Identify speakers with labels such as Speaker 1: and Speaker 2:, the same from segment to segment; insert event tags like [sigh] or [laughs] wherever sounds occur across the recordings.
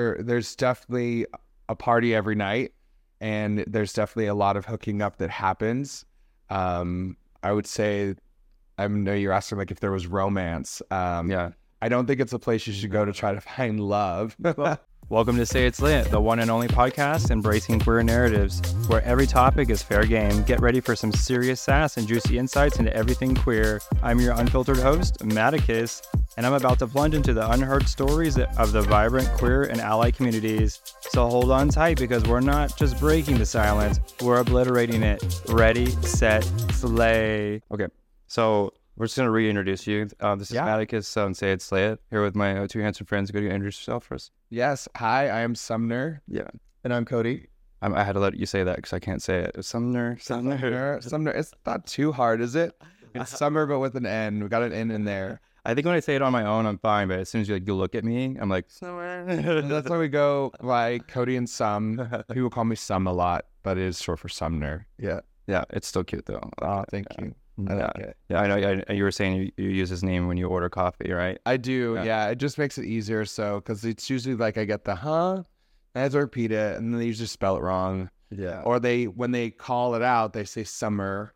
Speaker 1: er, there's definitely a party every night, and there's definitely a lot of hooking up that happens. Um, I would say, I know you're asking like if there was romance. Um,
Speaker 2: Yeah.
Speaker 1: I don't think it's a place you should go to try to find
Speaker 2: [laughs]
Speaker 1: love.
Speaker 2: Welcome to Say It's Lit, the one and only podcast embracing queer narratives, where every topic is fair game. Get ready for some serious sass and juicy insights into everything queer. I'm your unfiltered host, Maticus, and I'm about to plunge into the unheard stories of the vibrant queer and ally communities. So hold on tight because we're not just breaking the silence, we're obliterating it. Ready, set, slay. Okay, so we're just going to reintroduce you. Uh, this is
Speaker 1: Yeah.
Speaker 2: Maticus on Say It Slay It, here with my uh, two handsome friends. Go to introduce yourself first.
Speaker 1: yes. Hi, I am Sumner.
Speaker 2: Yeah.
Speaker 3: And I'm Cody.
Speaker 2: I'm, I had to let you say that because I can't say it. Sumner, Sumner.
Speaker 1: Sumner. Sumner. It's not too hard, is it? It's
Speaker 2: [laughs]
Speaker 1: summer, but with an N. We got an N in there.
Speaker 2: I think when I say it on my own, I'm fine. But as soon as you like, you look at me, I'm like Sumner.
Speaker 1: And that's why we go by Cody and Sum. People call me Sum a lot, but it is short for Sumner. Yeah.
Speaker 2: [laughs] yeah, it's still cute though.
Speaker 1: Oh, thank you. I
Speaker 2: yeah.
Speaker 1: like it.
Speaker 2: yeah, I know. I, you were saying you, you use his name when you order coffee, right?
Speaker 1: I do.
Speaker 2: Yeah.
Speaker 1: Yeah. It just makes it easier. So, because it's usually like I get the huh, I have to repeat it, and then they usually spell it wrong.
Speaker 3: Yeah.
Speaker 1: Or they, when they call it out, they say Summer.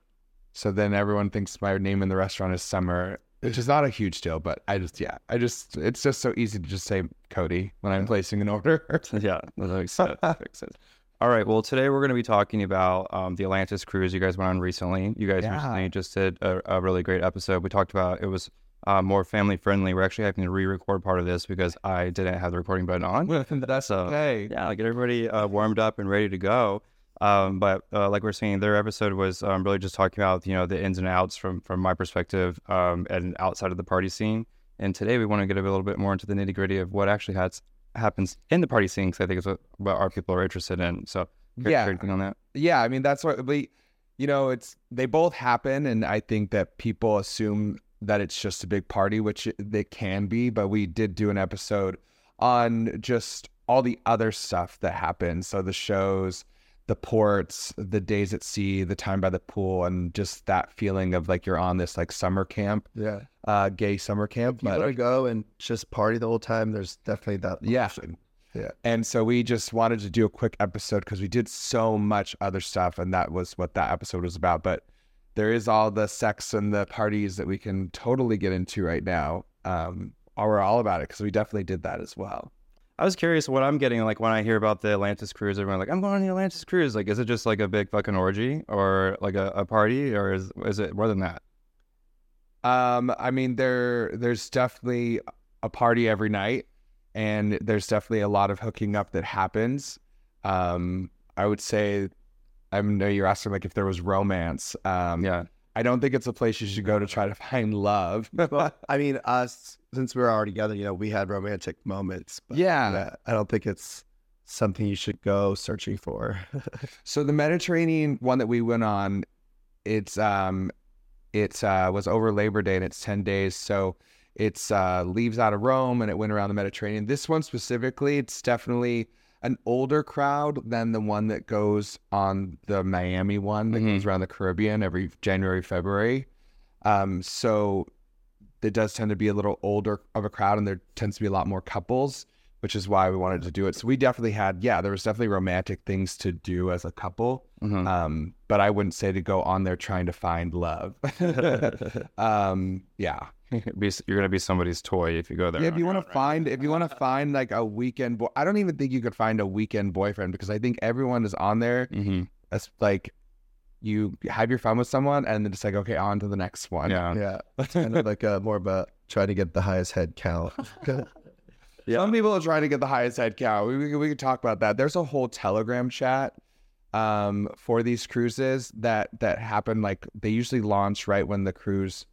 Speaker 1: So then everyone thinks my name in the restaurant is Summer, which is not a huge deal, but I just, yeah, I just, it's just so easy to just say Cody when I'm placing an order. [laughs]
Speaker 2: yeah, that makes sense. That makes sense. All right. Well, today we're going to be talking about um, the Atlantis cruise you guys went on recently. You guys
Speaker 1: Yeah.
Speaker 2: recently just did a, a really great episode. We talked about it was uh, more family friendly. We're actually having to re-record part of this because I didn't have the recording button on.
Speaker 1: that's
Speaker 2: So-
Speaker 1: okay.
Speaker 2: Yeah, like get everybody uh, warmed up and ready to go. Um, but uh, like we're saying, their episode was um, really just talking about you know the ins and outs from from my perspective um, and outside of the party scene. And today we want to get a little bit more into the nitty gritty of what actually has happens in the party scene because I think it's what, what our people are interested in. So hear-
Speaker 1: Yeah.
Speaker 2: hear anything on that?
Speaker 1: yeah i mean that's what we you know it's they both happen and i think that people assume that it's just a big party which it- they can be but we did do an episode on just all the other stuff that happens so the shows the ports the days at sea the time by the pool and just that feeling of like you're on this like summer camp
Speaker 3: Yeah.
Speaker 1: uh gay summer camp
Speaker 3: If you
Speaker 1: but-
Speaker 3: want to go and just party the whole time, there's definitely that.
Speaker 1: Yeah.
Speaker 3: option. Yeah.
Speaker 1: And so we just wanted to do a quick episode because we did so much other stuff, and that was what that episode was about. But there is all the sex and the parties that we can totally get into right now. Um, or we're all about it because we definitely did that as well.
Speaker 2: I was curious what I'm getting like when I hear about the Atlantis cruise. Everyone like I'm going on the Atlantis cruise. Like, is it just like a big fucking orgy or like a, a party or is is it more than that?
Speaker 1: Um, I mean, there there's definitely a party every night, and there's definitely a lot of hooking up that happens. Um, I would say, I know you're asking like if there was romance. Um,
Speaker 2: Yeah,
Speaker 1: I don't think it's a place you should go to try to find love.
Speaker 3: Well, I mean, us, since we were already together, you know, we had romantic moments. But
Speaker 1: yeah.
Speaker 3: yeah, I don't think it's something you should go searching for.
Speaker 2: [laughs]
Speaker 1: So the Mediterranean one that we went on, it's um, it's uh was over Labor Day and it's ten days. So it's uh leaves out of Rome and it went around the Mediterranean. This one specifically, it's definitely an older crowd than the one that goes on the Miami one that
Speaker 2: Mhm.
Speaker 1: goes around the Caribbean every January February. Um, so it does tend to be a little older of a crowd and there tends to be a lot more couples which is why we wanted to do it so we definitely had yeah there was definitely romantic things to do as a couple
Speaker 2: Mhm.
Speaker 1: um but i wouldn't say to go on there trying to find
Speaker 2: [laughs]
Speaker 1: love [laughs] um yeah
Speaker 2: be, s- you're gonna be somebody's toy if you go there.
Speaker 1: yeah
Speaker 2: on
Speaker 1: if you
Speaker 2: your
Speaker 1: want
Speaker 2: own,
Speaker 1: to
Speaker 2: right?
Speaker 1: find if you want to find like a weekend boy i don't even think you could find a weekend boyfriend because i think everyone is on there
Speaker 2: Mhm.
Speaker 1: that's like you have your fun with someone and then it's like okay on to the next one
Speaker 2: Yeah.
Speaker 3: yeah. That's kind of like a, more of a trying to get the highest head
Speaker 2: [laughs]
Speaker 3: count.
Speaker 1: Some people are trying to get the highest head count. We, we, we could talk about that. There's a whole Telegram chat um, for these cruises that that happen. Like they usually launch right when the cruise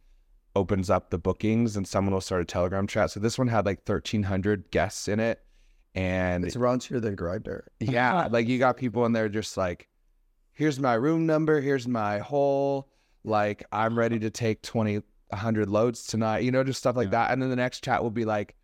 Speaker 1: opens up the bookings, and someone will start a Telegram chat. So this one had like 1,300 guests in it, and
Speaker 3: it's raunchier than Grinder.
Speaker 1: yeah,
Speaker 2: [laughs]
Speaker 1: like you got people in there just like, here's my room number, here's my hole, like I'm ready to take 20, 100 loads tonight, you know, just stuff like
Speaker 2: Yeah.
Speaker 1: that. And then the next chat will be like,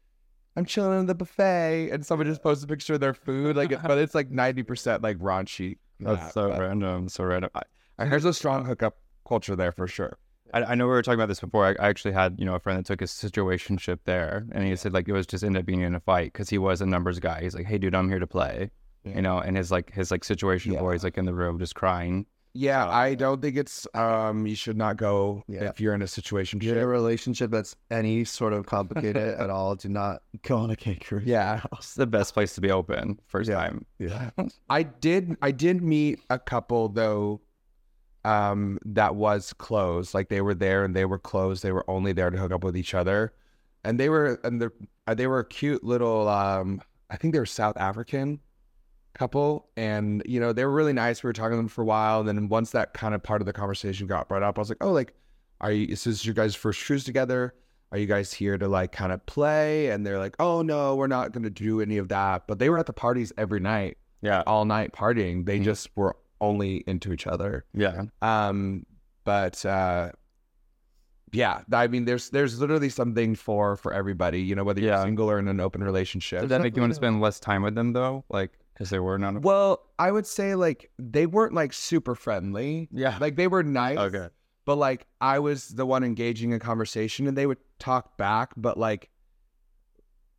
Speaker 1: I'm chilling in the buffet, and someone just posts a picture of their food, like,
Speaker 2: [laughs]
Speaker 1: but it's like 90% like raunchy.
Speaker 2: That's
Speaker 1: crap,
Speaker 2: so
Speaker 1: but
Speaker 2: random. So random. I,
Speaker 1: There's a strong hookup culture there for sure.
Speaker 4: I, I know we were talking about this before. I, I actually had you know a friend that took his situationship there, and he said like it was just ended up being in a fight because he was a numbers guy. He's like, hey dude, I'm here to play,
Speaker 1: Yeah.
Speaker 4: you know, and his like his like situation
Speaker 1: Yeah.
Speaker 4: where he's like in the room just crying.
Speaker 1: Yeah, I don't think it's um you should not go
Speaker 2: Yeah.
Speaker 1: if you're in a situation.
Speaker 2: If you're in a relationship that's any sort of complicated at all, do not go on a cake
Speaker 4: [laughs]
Speaker 2: cruise.
Speaker 1: Yeah.
Speaker 4: It's the best place to be open first
Speaker 2: Yeah.
Speaker 4: time.
Speaker 2: Yeah.
Speaker 1: I did I did meet a couple though um that was closed. Like they were there and they were closed. They were only there to hook up with each other. And they were and the uh, they were a cute little um I think they were South African couple and you know they were really nice. We were talking to them for a while and then once that kind of part of the conversation got brought up, I was like, "Oh, like are you is this your guys' first cruise together?" Are you guys here to like kind of play? And they're like, oh no, we're not going to do any of that. But they were at the parties every night
Speaker 4: Yeah,
Speaker 1: all night partying. They
Speaker 4: Mhm.
Speaker 1: just were only into each other.
Speaker 4: yeah.
Speaker 1: Um, but uh, yeah, I mean, there's there's literally something for for everybody. You know, whether you're
Speaker 4: Yeah.
Speaker 1: single or in an open relationship.
Speaker 4: Does that make you want to spend less time with them though? Like, because they were not.
Speaker 1: well, I would say like they weren't like super friendly.
Speaker 4: Yeah.
Speaker 1: Like they were nice.
Speaker 4: Okay.
Speaker 1: But like I was the one engaging in conversation, and they would talk back. But like,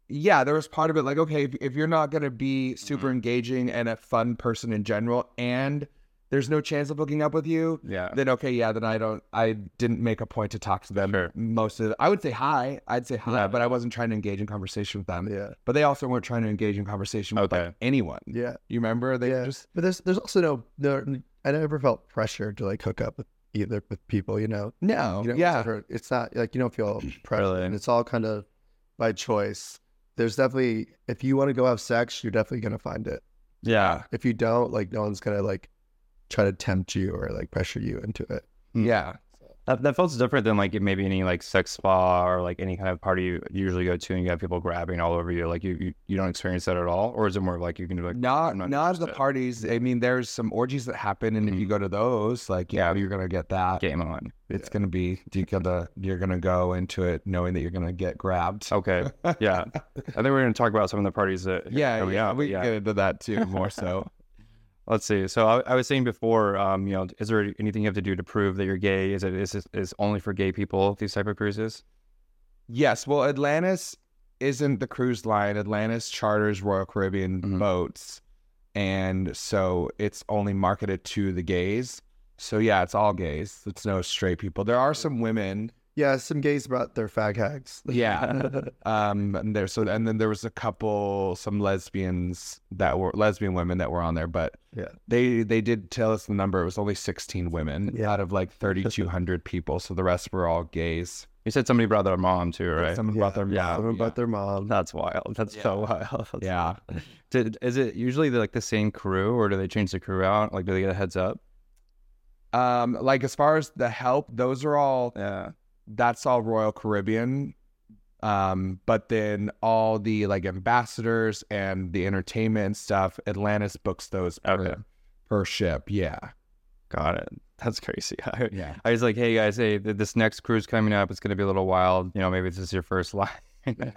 Speaker 1: yeah, there was part of it like, okay, if, if you're not gonna be
Speaker 4: Mm-hmm.
Speaker 1: super engaging and a fun person in general, and there's no chance of hooking up with you,
Speaker 4: Yeah.
Speaker 1: then okay, yeah, then I don't, I didn't make a point to talk to them.
Speaker 4: Sure.
Speaker 1: Most of, the, I would say hi, I'd say hi,
Speaker 4: Yeah.
Speaker 1: but I wasn't trying to engage in conversation with them.
Speaker 2: Um, Yeah.
Speaker 1: But they also weren't trying to engage in conversation with like
Speaker 4: Okay.
Speaker 1: anyone.
Speaker 2: Yeah.
Speaker 1: You remember they
Speaker 2: Yeah.
Speaker 1: just
Speaker 2: But there's there's also no no I never felt pressure to like hook up with either with people, you know.
Speaker 1: no,
Speaker 2: You don't
Speaker 1: yeah,
Speaker 2: ever- it's not like you don't
Speaker 4: [clears throat]
Speaker 2: feel pressure.
Speaker 4: Really?
Speaker 2: And it's all kind of by choice. There's definitely if you want to go have sex, you're definitely gonna find it.
Speaker 4: Yeah.
Speaker 2: If you don't, like no one's gonna like try to tempt you or like pressure you into it.
Speaker 4: Hmm.
Speaker 1: yeah.
Speaker 4: That, that feels different than like maybe any like sex spa or like any kind of party you usually go to and you have people grabbing all over you. Like you you, you don't experience that at all, or is it more of like you can do like
Speaker 1: not
Speaker 4: I'm
Speaker 1: not,
Speaker 4: not
Speaker 1: at the
Speaker 4: interested.
Speaker 1: parties. I mean, there's some orgies that happen, and if you go to those, like yeah, you're gonna get that.
Speaker 4: game on?
Speaker 1: It's gonna be you gonna you're gonna go into it knowing that you're gonna get grabbed.
Speaker 4: Okay, yeah. I think we're gonna talk about some of the parties
Speaker 1: [laughs]
Speaker 4: that
Speaker 1: yeah,
Speaker 4: coming
Speaker 1: oh, yeah,
Speaker 4: up,
Speaker 1: we can get into that too more [laughs] so.
Speaker 4: Let's see. So I, I was saying before, um, you know, is there anything you have to do to prove that you're gay? Is it is it- is only for gay people these type of cruises?
Speaker 1: yes, well, Atlantis isn't the cruise line. Atlantis charters Royal Caribbean
Speaker 4: Mhm.
Speaker 1: boats, and so it's only marketed to the gays. So yeah, it's all gays. It's no straight people. There are some women
Speaker 2: Yeah, some gays brought their fag hags. [laughs]
Speaker 1: Yeah. um and there so and then there was a couple some lesbians that were lesbian women that were on there but
Speaker 2: Yeah.
Speaker 1: they they did tell us the number it was only 16 women
Speaker 2: Yeah.
Speaker 1: out of like 3200 people so the rest were all gays
Speaker 4: You said somebody brought their mom too, right?
Speaker 1: some about their
Speaker 4: Yeah.
Speaker 2: Something about their mom.
Speaker 4: That's wild. That's so wild.
Speaker 1: yeah
Speaker 4: Did, is it usually the, like the same crew, or do they change the crew out? Like, do they get a heads up?
Speaker 1: um like as far as the help those are all
Speaker 4: Yeah.
Speaker 1: that's all royal caribbean um but then all the like ambassadors and the entertainment and stuff atlantis books those per,
Speaker 4: Okay.
Speaker 1: per ship yeah
Speaker 4: Got it. That's crazy. [laughs] I,
Speaker 1: yeah
Speaker 4: I was like, hey guys, hey, th- this next cruise coming up, it's gonna be a little wild. You know, maybe this is your first [laughs] line.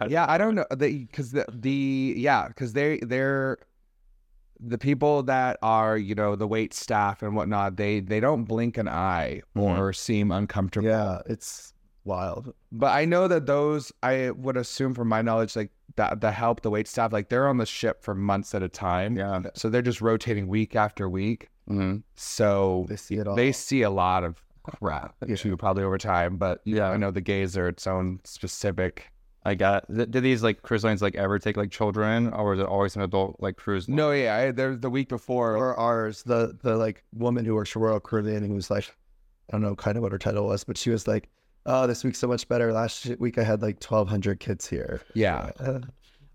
Speaker 1: yeah, I don't know because the, the yeah because they they're the people that are you know the wait staff and whatnot they they don't blink an eye
Speaker 4: Mhm.
Speaker 1: or seem uncomfortable.
Speaker 2: Yeah, it's wild.
Speaker 1: But I know that those I would assume from my knowledge like that the help the wait staff like they're on the ship for months at a time.
Speaker 4: Yeah.
Speaker 1: So they're just rotating week after week.
Speaker 4: Mhm.
Speaker 1: So
Speaker 2: They see it all.
Speaker 1: they see a lot of crap too probably over time. But
Speaker 4: Yeah.
Speaker 1: I know the gays are its own specific.
Speaker 4: I got. Th- do these like cruise lines like ever take like children, or is it always an adult like cruise?
Speaker 1: No, yeah, I, there the week before
Speaker 2: or ours, the the like woman who works for Royal Caribbean who was like, I don't know kind of what her title was, but she was like, "Oh, this week's so much better. Last sh- week I had like twelve hundred kids here."
Speaker 1: yeah.
Speaker 2: [laughs] Uh,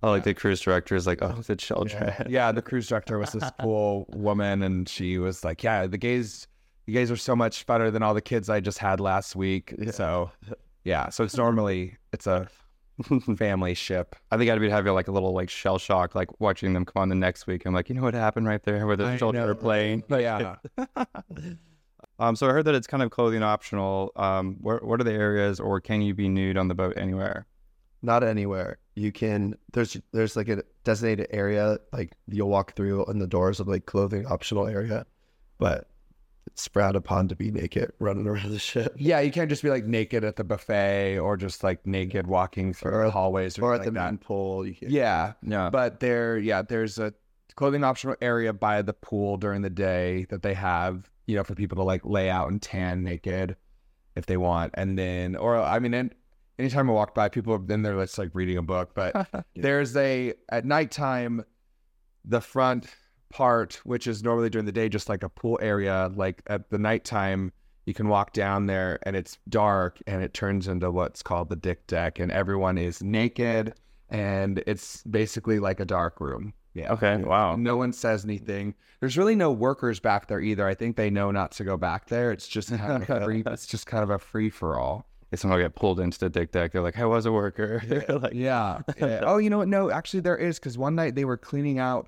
Speaker 4: Oh, like the cruise director is like, oh, the children.
Speaker 1: [laughs] yeah, the cruise director was this cool woman, and she was like, "Yeah, the gays, you guys are so much better than all the kids I just had last week." So, yeah, so
Speaker 2: [laughs]
Speaker 1: it's normally it's a family ship.
Speaker 4: I think I'd be having like a little like shell shock, like watching them come on the next week. I'm like, you know what happened right there where the
Speaker 1: I
Speaker 4: children
Speaker 1: know.
Speaker 4: were playing.
Speaker 1: But yeah,
Speaker 4: Um, so I heard that it's kind of clothing optional. Um, where, what are the areas, or can you be nude on the boat anywhere?
Speaker 2: Not anywhere. You can there's there's like a designated area like you'll walk through and the doors of like clothing optional area, but sprout upon to be naked running around the ship
Speaker 1: Yeah, you can't just be like naked at the buffet or just like naked walking through
Speaker 2: Or-
Speaker 1: the hallways or,
Speaker 2: or at the
Speaker 1: anything like
Speaker 2: moon pool. You
Speaker 1: that.
Speaker 2: can,
Speaker 1: Yeah,
Speaker 4: Yeah.
Speaker 1: but there, yeah, there's a clothing optional area by the pool during the day that they have, you know, for people to like lay out and tan naked if they want, and then, or I mean, and anytime I walk by, people are then they're just like reading a book, but there's a at nighttime the front part which is normally during the day just like a pool area like at the nighttime you can walk down there and it's dark and it turns into what's called the dick deck and everyone is naked and it's basically like a dark room yeah
Speaker 4: Okay. Wow.
Speaker 1: no one says anything there's really no workers back there either i think they know not to go back there it's just kind of a free, it's just kind of a free for all
Speaker 4: They somehow get pulled into the dick deck. They're like, I was a worker. [laughs] They're like,
Speaker 1: yeah. yeah. Oh, you know what? No, actually, there is because one night they were cleaning out,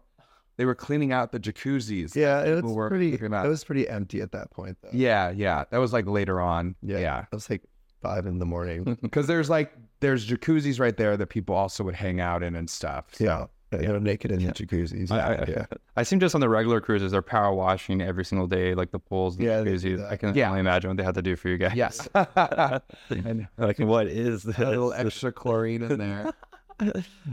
Speaker 1: they were cleaning out the jacuzzis.
Speaker 2: yeah, it
Speaker 1: People
Speaker 2: was
Speaker 1: were
Speaker 2: pretty.
Speaker 1: looking at-
Speaker 2: It was pretty empty at that point. Though.
Speaker 1: yeah, yeah. That was like later on.
Speaker 2: Yeah.
Speaker 1: Yeah,
Speaker 2: it was like five in
Speaker 1: [laughs]
Speaker 2: the morning.
Speaker 1: because there's like there's jacuzzis right there that people also would hang out in and stuff.
Speaker 2: yeah, you know, naked in jacuzzis.
Speaker 4: I- I-
Speaker 2: yeah,
Speaker 4: I seem just on the regular cruises, they're power washing every single day, like the pools, the
Speaker 2: Yeah, they do
Speaker 4: jacuzzis.
Speaker 2: that.
Speaker 4: I can
Speaker 1: Yeah.
Speaker 4: only imagine what they had to do for you guys.
Speaker 1: Yes. a
Speaker 4: [laughs] like, what is this?
Speaker 1: little [laughs] extra chlorine in there.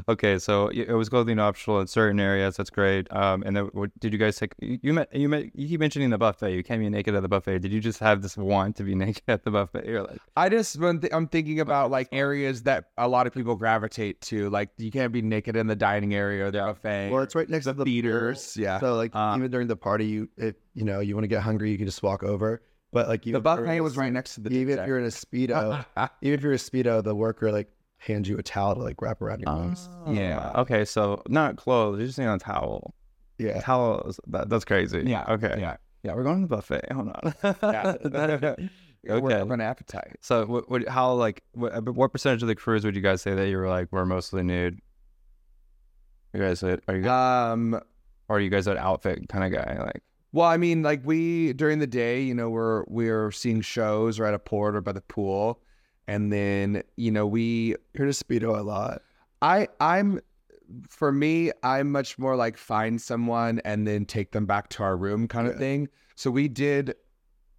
Speaker 4: Okay, so y- it was clothing optional in certain areas. That's great. Um, and then what, did you guys take? You you met, you met, you keep mentioning the buffet. You can't be naked at the buffet. Did you just have this want to be [laughs] naked at the buffet? You're like,
Speaker 1: [laughs] I just when th- I'm thinking about like areas that a lot of people gravitate to. Like you can't be naked in the dining area or the buffet.
Speaker 2: Well, it's right next
Speaker 1: the
Speaker 2: to the
Speaker 1: theaters,
Speaker 2: pool.
Speaker 1: yeah.
Speaker 2: So like
Speaker 4: Uh,
Speaker 2: even during the party, you if you know you want to get hungry, you can just walk over. But like you,
Speaker 1: the buffet was right next to the
Speaker 2: Even if
Speaker 1: deck.
Speaker 2: you're in
Speaker 1: [laughs]
Speaker 2: a speedo, even if you're a speedo, the worker like hands you a towel to like wrap around
Speaker 1: Oh.
Speaker 2: your waist.
Speaker 1: yeah.
Speaker 4: Okay, so not clothes. You're just saying a towel.
Speaker 2: Yeah,
Speaker 4: Towels. That, that's crazy.
Speaker 1: Yeah,
Speaker 4: Okay.
Speaker 1: yeah.
Speaker 4: Yeah. We're going to the buffet. Hold on. [laughs]
Speaker 1: Yeah.
Speaker 4: okay.
Speaker 1: Work up an appetite.
Speaker 4: So, what, what, how, like, what, uh, but what percentage of the crews would you guys say that you were like, we're mostly nude? You guys, are are you, guys,
Speaker 1: Um,
Speaker 4: are you guys an outfit kind of guy? Like,
Speaker 1: Well, I mean, like we during the day, you know, we're we're seeing shows or at a port or by the pool, and then you know we
Speaker 2: you're in a speedo a lot.
Speaker 1: I I'm for me I'm much more like find someone and then take them back to our room kind of
Speaker 2: Yeah.
Speaker 1: thing. So we did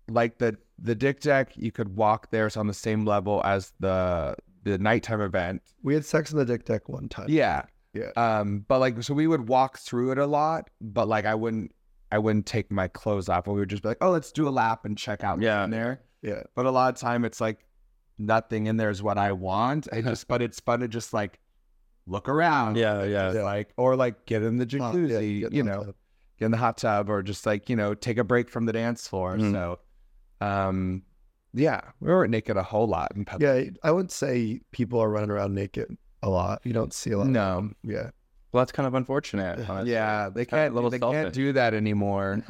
Speaker 1: like the the dick deck. You could walk there. It's on the same level as the the nighttime event.
Speaker 2: We had sex in the dick deck one time.
Speaker 1: Yeah.
Speaker 2: Yeah.
Speaker 1: Um, but like so we would walk through it a lot, but like I wouldn't I wouldn't take my clothes off. And we would just be like, Oh, let's do a lap and check out what's
Speaker 4: Yeah.
Speaker 1: in there.
Speaker 2: Yeah.
Speaker 1: But a lot of time it's like nothing in there is what I want. I just but it's fun to just like look around.
Speaker 4: yeah, yeah.
Speaker 1: Just, Like or like get in the
Speaker 2: Hot- yeah,
Speaker 1: jacuzzi,
Speaker 2: get
Speaker 1: you
Speaker 2: hot
Speaker 1: know,
Speaker 2: tub.
Speaker 1: get in the hot tub or just like, you know, take a break from the dance floor.
Speaker 4: Mhm.
Speaker 1: So um yeah, we weren't naked a whole lot in public.
Speaker 2: Yeah, I wouldn't say people are running around naked a lot. You don't see a lot.
Speaker 1: No.
Speaker 2: Yeah.
Speaker 4: Well, that's kind of [laughs] unfortunate. honestly.
Speaker 1: Yeah, they
Speaker 4: kinda a
Speaker 1: can't
Speaker 4: little
Speaker 1: they can't
Speaker 4: selfish.
Speaker 1: do that anymore.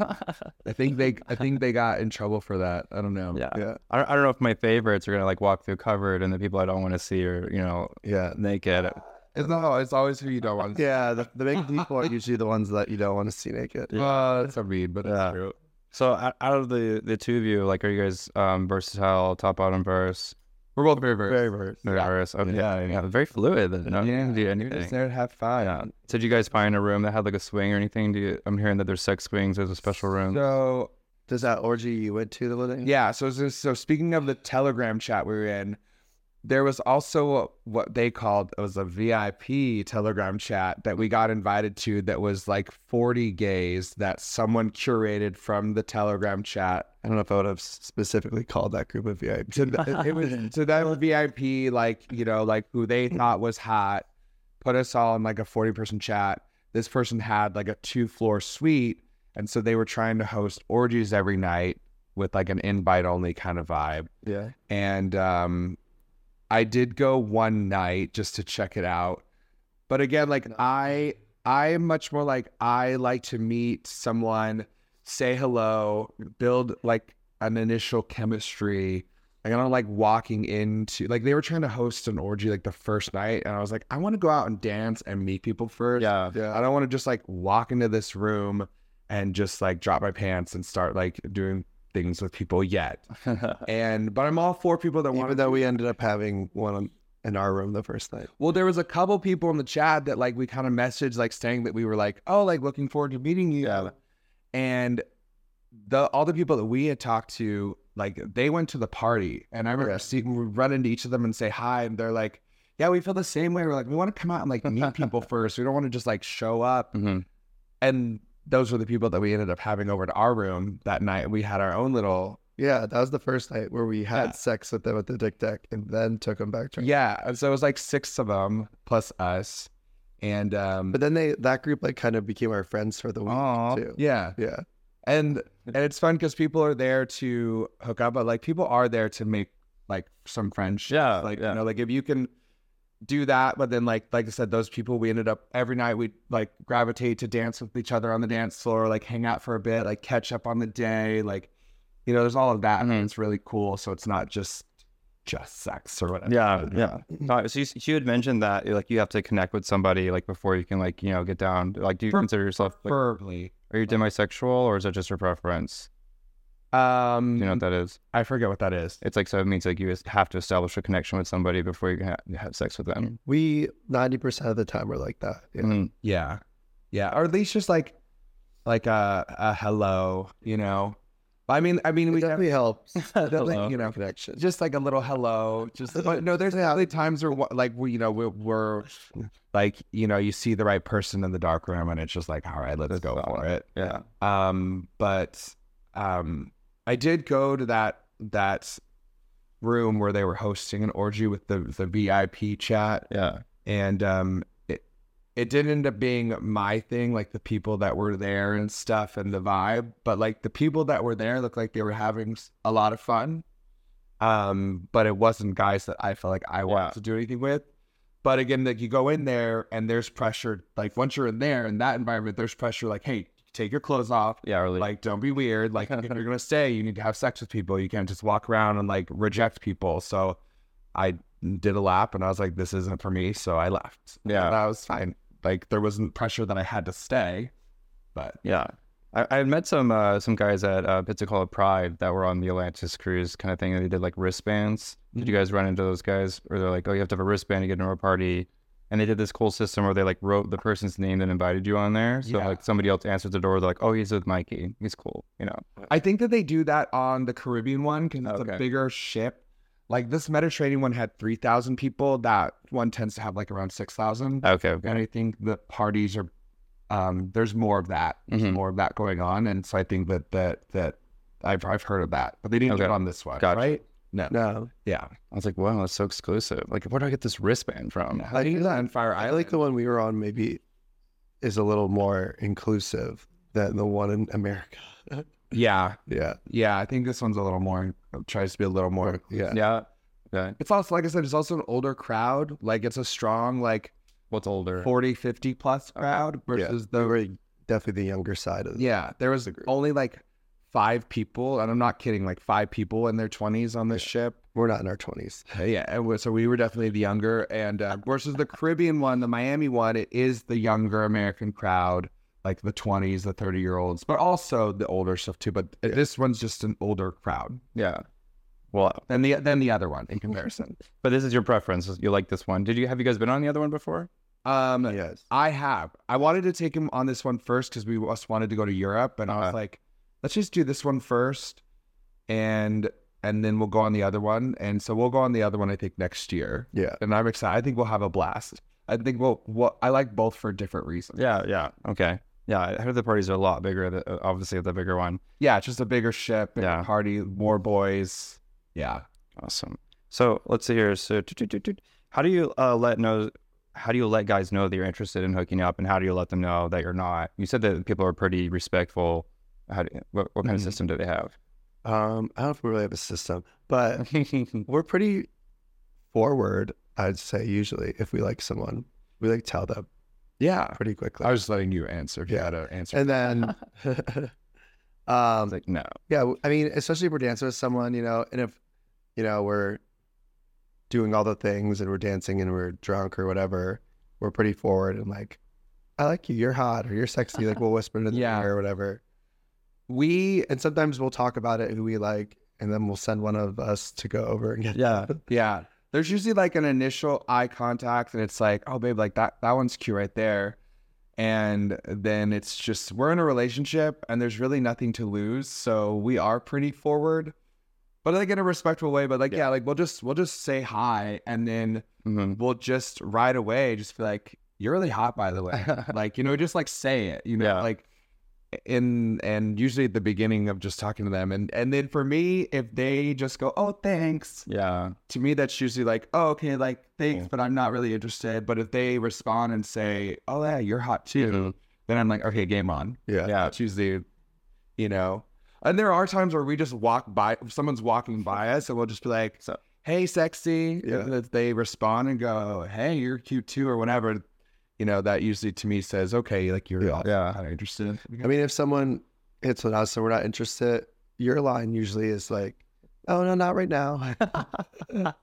Speaker 1: I think they I think they got in trouble for that. I don't know.
Speaker 4: yeah.
Speaker 2: Yeah.
Speaker 4: I don't, I don't know if my favorites are gonna like walk through covered and the people I don't want to see are you know
Speaker 2: Yeah.
Speaker 4: naked.
Speaker 1: It's not it's always who you don't want to
Speaker 2: [laughs] Yeah. The,
Speaker 1: [laughs]
Speaker 2: the big people are usually the ones that you don't want to see naked.
Speaker 1: yeah. uh, it's a read, but
Speaker 4: Yeah.
Speaker 1: it's true.
Speaker 4: So out, out of the the two of you, like, are you guys um versatile, top bottom verse,
Speaker 1: We're both very very
Speaker 2: Very very.
Speaker 4: diverse? Okay.
Speaker 1: Yeah, yeah.
Speaker 4: Very fluid. Then, no,
Speaker 1: Yeah,
Speaker 4: do
Speaker 1: We're just
Speaker 4: anything.
Speaker 1: there to have fun.
Speaker 4: Yeah. So did you guys find a room that had like a swing or anything? Do you, I'm hearing that there's sex swings. There's a special room.
Speaker 1: So
Speaker 2: Does that orgy you went to the wedding?
Speaker 1: yeah, so so so speaking of the Telegram chat we were in, there was also a, what they called it was a VIP Telegram chat that we got invited to that was like 40 gays that someone curated from the Telegram chat
Speaker 2: I don't know if I would have specifically called that group of VIP.
Speaker 1: to
Speaker 2: [laughs]
Speaker 1: th- it was to them VIP, like you know, like who they thought was hot, put us all in like a forty person chat. This person had like a two floor suite, and so they were trying to host orgies every night with like an invite only kind of vibe.
Speaker 2: Yeah.
Speaker 1: And um, I did go one night just to check it out, but again, like I I am much more like I like to meet someone, say hello, build like an initial chemistry. Like I don't like walking into like they were trying to host an orgy like the first night, and I was like, I want to go out and dance and meet people first.
Speaker 4: [laughs] Yeah.
Speaker 1: I don't want to just like walk into this room and just like drop my pants and start like doing things with people yet.
Speaker 4: Mm-hmm.
Speaker 1: And but I'm all for people that want to
Speaker 2: Even though we ended up having one on- in our room the first night.
Speaker 1: well, there was a couple people in the chat that like we kind of messaged like saying that we were like, oh, like looking forward to meeting you.
Speaker 4: Yeah.
Speaker 1: And the all the people that we had talked to, like they went to the party, and I remember
Speaker 2: Yeah.
Speaker 1: seeing we run into each of them and say hi, and they're like, "Yeah, we feel the same way." We're like, "We want to come out and like meet people first. We don't want to just like show up." And those were the people that we ended up having over to our room that night. We had our own little
Speaker 2: Yeah, that was the first night where we had
Speaker 1: Yeah.
Speaker 2: sex with them at the Dick Deck and then took them back to
Speaker 1: yeah. and So it was like six of them plus us, and um,
Speaker 2: But then they that group like kind of became our friends for the week
Speaker 1: Oh.
Speaker 4: Aw.
Speaker 2: too.
Speaker 1: yeah,
Speaker 2: Yeah.
Speaker 1: and and it's fun because people are there to hook up, but like people are there to make like some friendships.
Speaker 4: Yeah,
Speaker 1: like
Speaker 4: yeah.
Speaker 1: you know, like if you can do that, but then like like I said, those people we ended up every night we would like gravitate to dance with each other on the dance floor, like hang out for a bit, like catch up on the day, like you know, there's all of that, and it's really cool. So it's not just just sex or whatever.
Speaker 4: Yeah, yeah. Uh, so you, you had mentioned that like you have to connect with somebody like before you can like you know get down. Like, do you
Speaker 1: For-
Speaker 4: consider yourself like,
Speaker 1: preferably.
Speaker 4: are you demisexual or is it just your preference?
Speaker 1: Um,
Speaker 4: Do you know what that is?
Speaker 1: I forget what that is.
Speaker 4: It's like so it means like you just have to establish a connection with somebody before you can ha- have sex with
Speaker 1: Mm.
Speaker 4: them.
Speaker 2: We ninety percent of the time were like that. Yeah.
Speaker 4: Mhm.
Speaker 1: Yeah. Yeah. Or at least just like like a, a hello, you know. I mean I mean
Speaker 2: It
Speaker 1: we
Speaker 2: definitely helps.
Speaker 1: definitely
Speaker 4: Hello.
Speaker 1: you know
Speaker 2: connection.
Speaker 1: just like a little hello.
Speaker 2: [laughs]
Speaker 1: Just but no, there's definitely times where wha- like we you know we're, we're like you know you see the right person in the dark room and it's just like all right let's
Speaker 4: That's
Speaker 1: go
Speaker 4: solid.
Speaker 1: for it.
Speaker 4: Yeah.
Speaker 1: Um, but um, I did go to that that room where they were hosting an orgy with the the VIP chat
Speaker 4: Yeah.
Speaker 1: and um it it did end up being my thing like the people that were there and stuff and the vibe but like the people that were there looked like they were having s- a lot of fun um but it wasn't guys that i felt like i wanted
Speaker 4: Yeah.
Speaker 1: to do anything with but again like you go in there and there's pressure like once you're in there in that environment there's pressure like hey take your clothes off
Speaker 4: Yeah. Really.
Speaker 1: like don't be weird like if you're gonna stay you need to have sex with people you can't just walk around and like reject people so i did a lap and i was like this isn't for me so i left
Speaker 4: Yeah.
Speaker 1: and i was fine like there wasn't pressure that i had to stay but
Speaker 4: Yeah. I, I had met some uh, some guys at uh, Pensacola Pride that were on the Atlantis cruise kind of thing. and They did like wristbands. Did you guys run into those guys? Or they're like, oh, you have to have a wristband to get into a party. And they did this cool system where they like wrote the person's name that invited you on there. So
Speaker 1: Yeah.
Speaker 4: like somebody else answered the door. They're like, oh, he's with Mikey. He's cool. You know.
Speaker 1: i think that they do that on the caribbean one because it's
Speaker 4: Okay.
Speaker 1: a bigger ship like this mediterranean one had 3000 people that one tends to have like around 6000
Speaker 4: Okay. Oh, Okay.
Speaker 1: and I think the parties are um, there's more of that, there's
Speaker 4: Mhm.
Speaker 1: more of that going on, and so I think that that that I've I've heard of that, but they didn't do
Speaker 4: Okay.
Speaker 1: it on this one,
Speaker 4: Gotcha.
Speaker 1: right? No,
Speaker 2: No.
Speaker 1: yeah,
Speaker 4: I was like, wow, that's so exclusive. Like, where do I get this wristband from?
Speaker 1: Um, I
Speaker 2: I
Speaker 1: think
Speaker 2: feel
Speaker 1: that
Speaker 2: like-
Speaker 1: on Fire
Speaker 2: I
Speaker 1: Island.
Speaker 2: like the one we were on maybe is a little more inclusive than the one in America.
Speaker 1: yeah,
Speaker 2: Yeah.
Speaker 1: yeah. I think this one's a little more tries to be a little more. uh,
Speaker 2: Yeah.
Speaker 4: Yeah. Okay.
Speaker 1: It's also like I said, it's also an older crowd. Like it's a strong like
Speaker 4: What's older?
Speaker 1: 40, 50 plus crowd versus
Speaker 2: We
Speaker 1: the
Speaker 2: were definitely the younger side of
Speaker 1: Yeah, there was only like five people, and I'm not kidding, like five people in their 20s on this ship.
Speaker 2: We're not in our twenties.
Speaker 1: Uh, Yeah, and we- so we were definitely the younger, and uh, versus the Caribbean one, the Miami one, it is the younger American crowd, like the twenties, the thirty year olds, but also the older stuff too. But this one's just an older crowd
Speaker 4: Yeah. Well,
Speaker 1: than the than the other one in comparison.
Speaker 4: but this is your preference. You like this one. Did you have you guys been on the other one before?
Speaker 1: um,
Speaker 2: Yes.
Speaker 1: I have. I wanted to take him on this one first because we just wanted to go to Europe, and I was
Speaker 4: Okay.
Speaker 1: like, let's just do this one first, and and then we'll go on the other one, and so we'll go on the other one I think next year.
Speaker 2: Yeah.
Speaker 1: and I'm excited. I think we'll have a blast. I think we'll. What I like both for different reasons.
Speaker 4: Yeah, yeah. Okay. Yeah, I heard the parties are a lot bigger, th- uh, obviously, the bigger one.
Speaker 1: yeah, it's just a bigger ship. And
Speaker 4: Yeah.
Speaker 1: party, more boys. Yeah,
Speaker 4: Awesome. So let's see here. So, toot, toot, toot, toot. how do you uh, let know? How do you let guys know that you're interested in hooking up, and how do you let them know that you're not? You said that people are pretty respectful. How do, what, what kind of
Speaker 1: Mhm.
Speaker 4: system do they have? [laughs]
Speaker 2: Um, I don't know if we really have a system, but we're pretty forward, I'd say usually, if we like someone. We like tell them
Speaker 1: yeah.
Speaker 2: pretty quickly.
Speaker 1: I was just letting you answer. If You
Speaker 2: Yeah.
Speaker 1: had an answer. [laughs]
Speaker 2: and then [laughs]
Speaker 4: I was
Speaker 2: um
Speaker 4: like, no.
Speaker 2: yeah, w- I mean, especially if we're dancing with someone, you know, and if you know, we're doing all the things and we're dancing and we're drunk or whatever, we're pretty forward and like, I like you, you're hot or you're sexy, like we'll whisper it in the
Speaker 1: Yeah.
Speaker 2: ear or whatever.
Speaker 1: we,
Speaker 2: And sometimes we'll talk about it who we like and then we'll send one of us to go over and get
Speaker 4: Yeah.
Speaker 1: yeah. There's usually like an initial eye contact, and it's like, oh, babe, like that that one's cute right there. And then it's just, we're in a relationship and there's really nothing to lose. So we are pretty forward, but like in a respectful way. But like, yeah,
Speaker 4: Yeah.
Speaker 1: like we'll just, we'll just say hi. And then
Speaker 4: Mhm.
Speaker 1: we'll just right away just be like, you're really hot, by the
Speaker 4: [laughs]
Speaker 1: way. like, you know, just like say it, you know,
Speaker 4: Yeah.
Speaker 1: like in, and usually at the beginning of just talking to them. And, and then for me, if they just go, oh, thanks,
Speaker 4: Yeah.
Speaker 1: to me that's usually like oh okay like thanks
Speaker 4: Yeah.
Speaker 1: but i'm not really interested but if they respond and say oh yeah you're hot too
Speaker 4: Mm-hmm.
Speaker 1: then i'm like okay game on
Speaker 2: Yeah.
Speaker 4: Yeah.
Speaker 1: that's usually you know and there are times where we just walk by someone's walking by us and we'll just be like
Speaker 4: So-
Speaker 1: hey sexy
Speaker 2: Yeah.
Speaker 1: and if they respond and go hey you're cute too or whatever you know that usually to me says okay like you're
Speaker 2: Yeah.
Speaker 4: Yeah.
Speaker 1: not interested
Speaker 2: I mean, if someone hits on us and we're not interested, your line usually is like, "Oh no, not right now,
Speaker 1: [laughs]
Speaker 2: [laughs]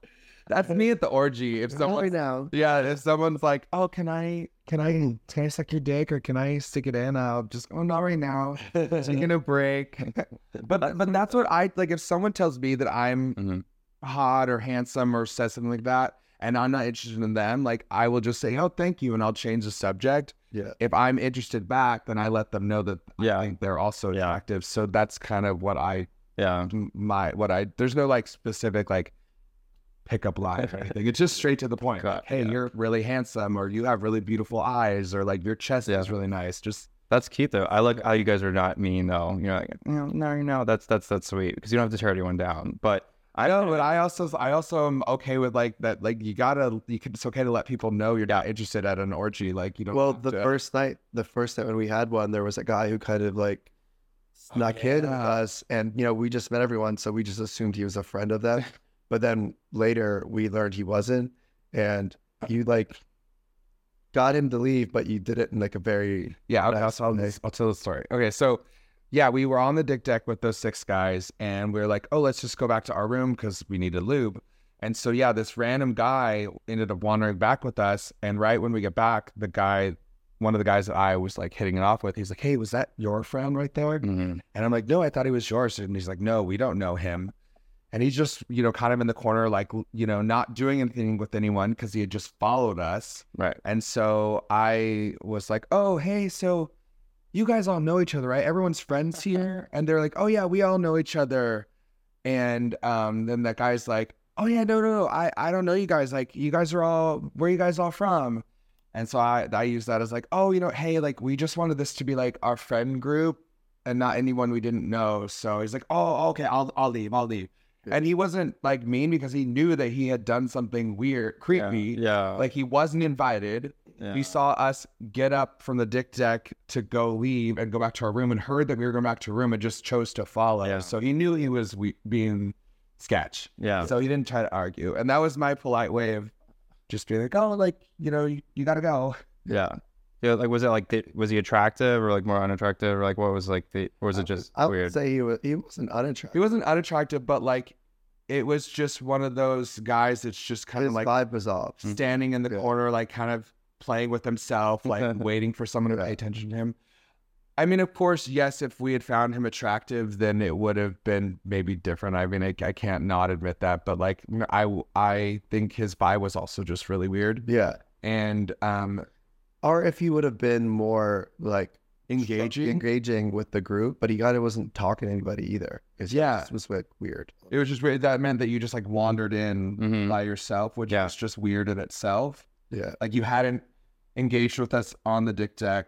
Speaker 1: that's me at the orgy if
Speaker 2: [laughs] not right
Speaker 1: someone
Speaker 2: now."
Speaker 1: Yeah, if someone's like, "Oh, can I, can I, can I suck your dick, or can I stick it in?" I'll just, "Oh, not right now, taking a break." [laughs] but uh, but that's what I like. If someone tells me that I'm
Speaker 4: Mhm.
Speaker 1: hot or handsome or says something like that, and I'm not interested in them, like I will just say, "Oh, thank you," and I'll change the subject.
Speaker 2: Yeah.
Speaker 1: If I'm interested back, then I let them know that I
Speaker 4: Yeah.
Speaker 1: think they're also
Speaker 4: Yeah.
Speaker 1: attractive. So that's kind of what I
Speaker 4: Yeah.
Speaker 1: my what I there's no like specific like pickup line or anything. It's just straight to the point.
Speaker 4: Got-
Speaker 1: Like, hey,
Speaker 4: yeah.
Speaker 1: you're really handsome, or you have really beautiful eyes, or like your chest
Speaker 4: Yeah.
Speaker 1: is really nice. Just
Speaker 4: That's cute though. I like how you guys are not mean though. You're like, no, no, no. That's that's that's sweet because you don't have to tear anyone down. But
Speaker 1: I know, but I also I also am okay with like that. Like you gotta, you can, it's okay to let people know you're not interested at an orgy. Like you don't.
Speaker 2: Well,
Speaker 1: have
Speaker 2: the
Speaker 1: to-
Speaker 2: first night, the first night when we had one, there was a guy who kind of like snuck in on
Speaker 1: Oh, yeah.
Speaker 2: us, and you know, we just met everyone, so we just assumed he was a friend
Speaker 1: [laughs]
Speaker 2: of them. but then later, we learned he wasn't, and you like got him to leave, but you did it in like a very
Speaker 1: Yeah, okay, I'll,
Speaker 2: Nice,
Speaker 1: tell
Speaker 2: nice.
Speaker 1: this. I'll tell the story. Okay, so yeah, we were on the dick deck with those six guys, and we were like, oh, let's just go back to our room because we need to lube. And so yeah, this random guy ended up wandering back with us, and right when we get back, the guy, one of the guys that I was like hitting it off with, he's like, hey, was that your friend right there?
Speaker 4: mhm.
Speaker 1: And I'm like, no, I thought he was yours. And he's like, no, we don't know him. And he's just, you know, kind of in the corner, like, you know, not doing anything with anyone because he had just followed us.
Speaker 4: right.
Speaker 1: And so I was like, oh, hey, so you guys all know each other, right? Everyone's friends here. And they're like, oh, yeah, we all know each other. And um, then that guy's like, oh, yeah, no, no, no. I, I don't know you guys. Like, you guys are all, where are you guys all from? And so I, I use that as like, oh, you know, hey, like, we just wanted this to be like our friend group and not anyone we didn't know. So he's like, oh, okay, I'll, I'll leave, I'll leave.
Speaker 2: Yeah.
Speaker 1: And he wasn't like mean because he knew that he had done something weird,
Speaker 4: Yeah.
Speaker 1: creepy.
Speaker 4: Yeah.
Speaker 1: Like he wasn't invited.
Speaker 4: Oh. yeah.
Speaker 1: He saw us get up from the dick deck to go leave and go back to our room and heard that we were going back to our room and just chose to follow.
Speaker 4: Yeah.
Speaker 1: So he knew he was we- being sketch.
Speaker 4: Yeah.
Speaker 1: So he didn't try to argue. And that was my polite way of just being like, oh, like, you know, you, you got to go.
Speaker 4: Yeah. Yeah, like was it like the, was he attractive or like more unattractive or like what was like the or was it just
Speaker 2: I would
Speaker 4: weird?
Speaker 2: say he was he wasn't
Speaker 1: He
Speaker 2: unattractive.
Speaker 1: wasn't unattractive, but like, it was just one of those guys that's just kind
Speaker 2: His
Speaker 1: of like Mm.
Speaker 2: vibe was off.
Speaker 1: standing in the
Speaker 2: Hmm. Yeah.
Speaker 1: corner, like kind of playing with himself,
Speaker 2: [laughs]
Speaker 1: like waiting for someone to
Speaker 2: Yeah.
Speaker 1: pay attention to him. I mean, of course, yes, if we had found him attractive, then it would have been maybe different. I mean, I, I can't not admit that, but like, I, I think his vibe was also just really weird.
Speaker 2: Yeah.
Speaker 1: And, um,
Speaker 2: Or if he would have been more like
Speaker 1: engaging.
Speaker 2: engaging with the group, but he kind of wasn't talking to anybody either. It's
Speaker 1: Yeah.
Speaker 2: just- it was like weird.
Speaker 1: It was just weird. That meant that you just like wandered in
Speaker 2: Mm-hmm.
Speaker 4: Mhm.
Speaker 1: by yourself, which
Speaker 4: Yeah.
Speaker 1: is just weird in itself.
Speaker 2: Yeah,
Speaker 1: Like you hadn't engaged with us on the dick deck,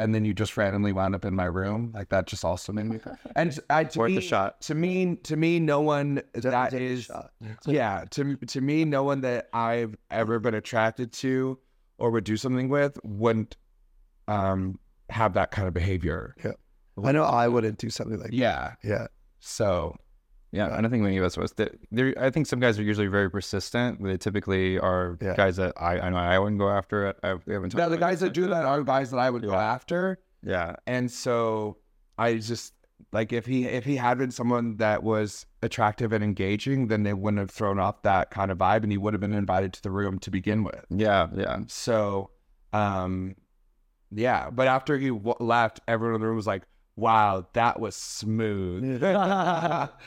Speaker 1: and then you just randomly wound up in my room. Like that just also made me.
Speaker 4: [laughs]
Speaker 1: And I to
Speaker 4: Worth
Speaker 1: me,
Speaker 4: a shot.
Speaker 1: To me, to me, no one that
Speaker 2: Definitely
Speaker 1: is.
Speaker 2: shot.
Speaker 1: Yeah, to to me, no one that I've ever been attracted to or would do something with wouldn't um have that kind of behavior.
Speaker 2: I know I wouldn't do something like
Speaker 1: Yeah.
Speaker 2: that. Yeah,
Speaker 1: So
Speaker 4: Yeah, I don't think many of us was. There, there, I think some guys are usually very persistent. They typically are
Speaker 2: Yeah.
Speaker 4: guys that I, I know I wouldn't go after. It. I, we haven't talked
Speaker 1: now the
Speaker 4: about
Speaker 1: guys that do that are guys that I would go
Speaker 4: Yeah.
Speaker 1: after.
Speaker 4: Yeah,
Speaker 1: And so I just like if he if he had been someone that was attractive and engaging, then they wouldn't have thrown off that kind of vibe and he would have been invited to the room to begin with.
Speaker 4: yeah, yeah.
Speaker 1: So um yeah, but after he w- left, everyone in the room was like, wow, that
Speaker 5: [laughs]
Speaker 1: was smooth. [laughs]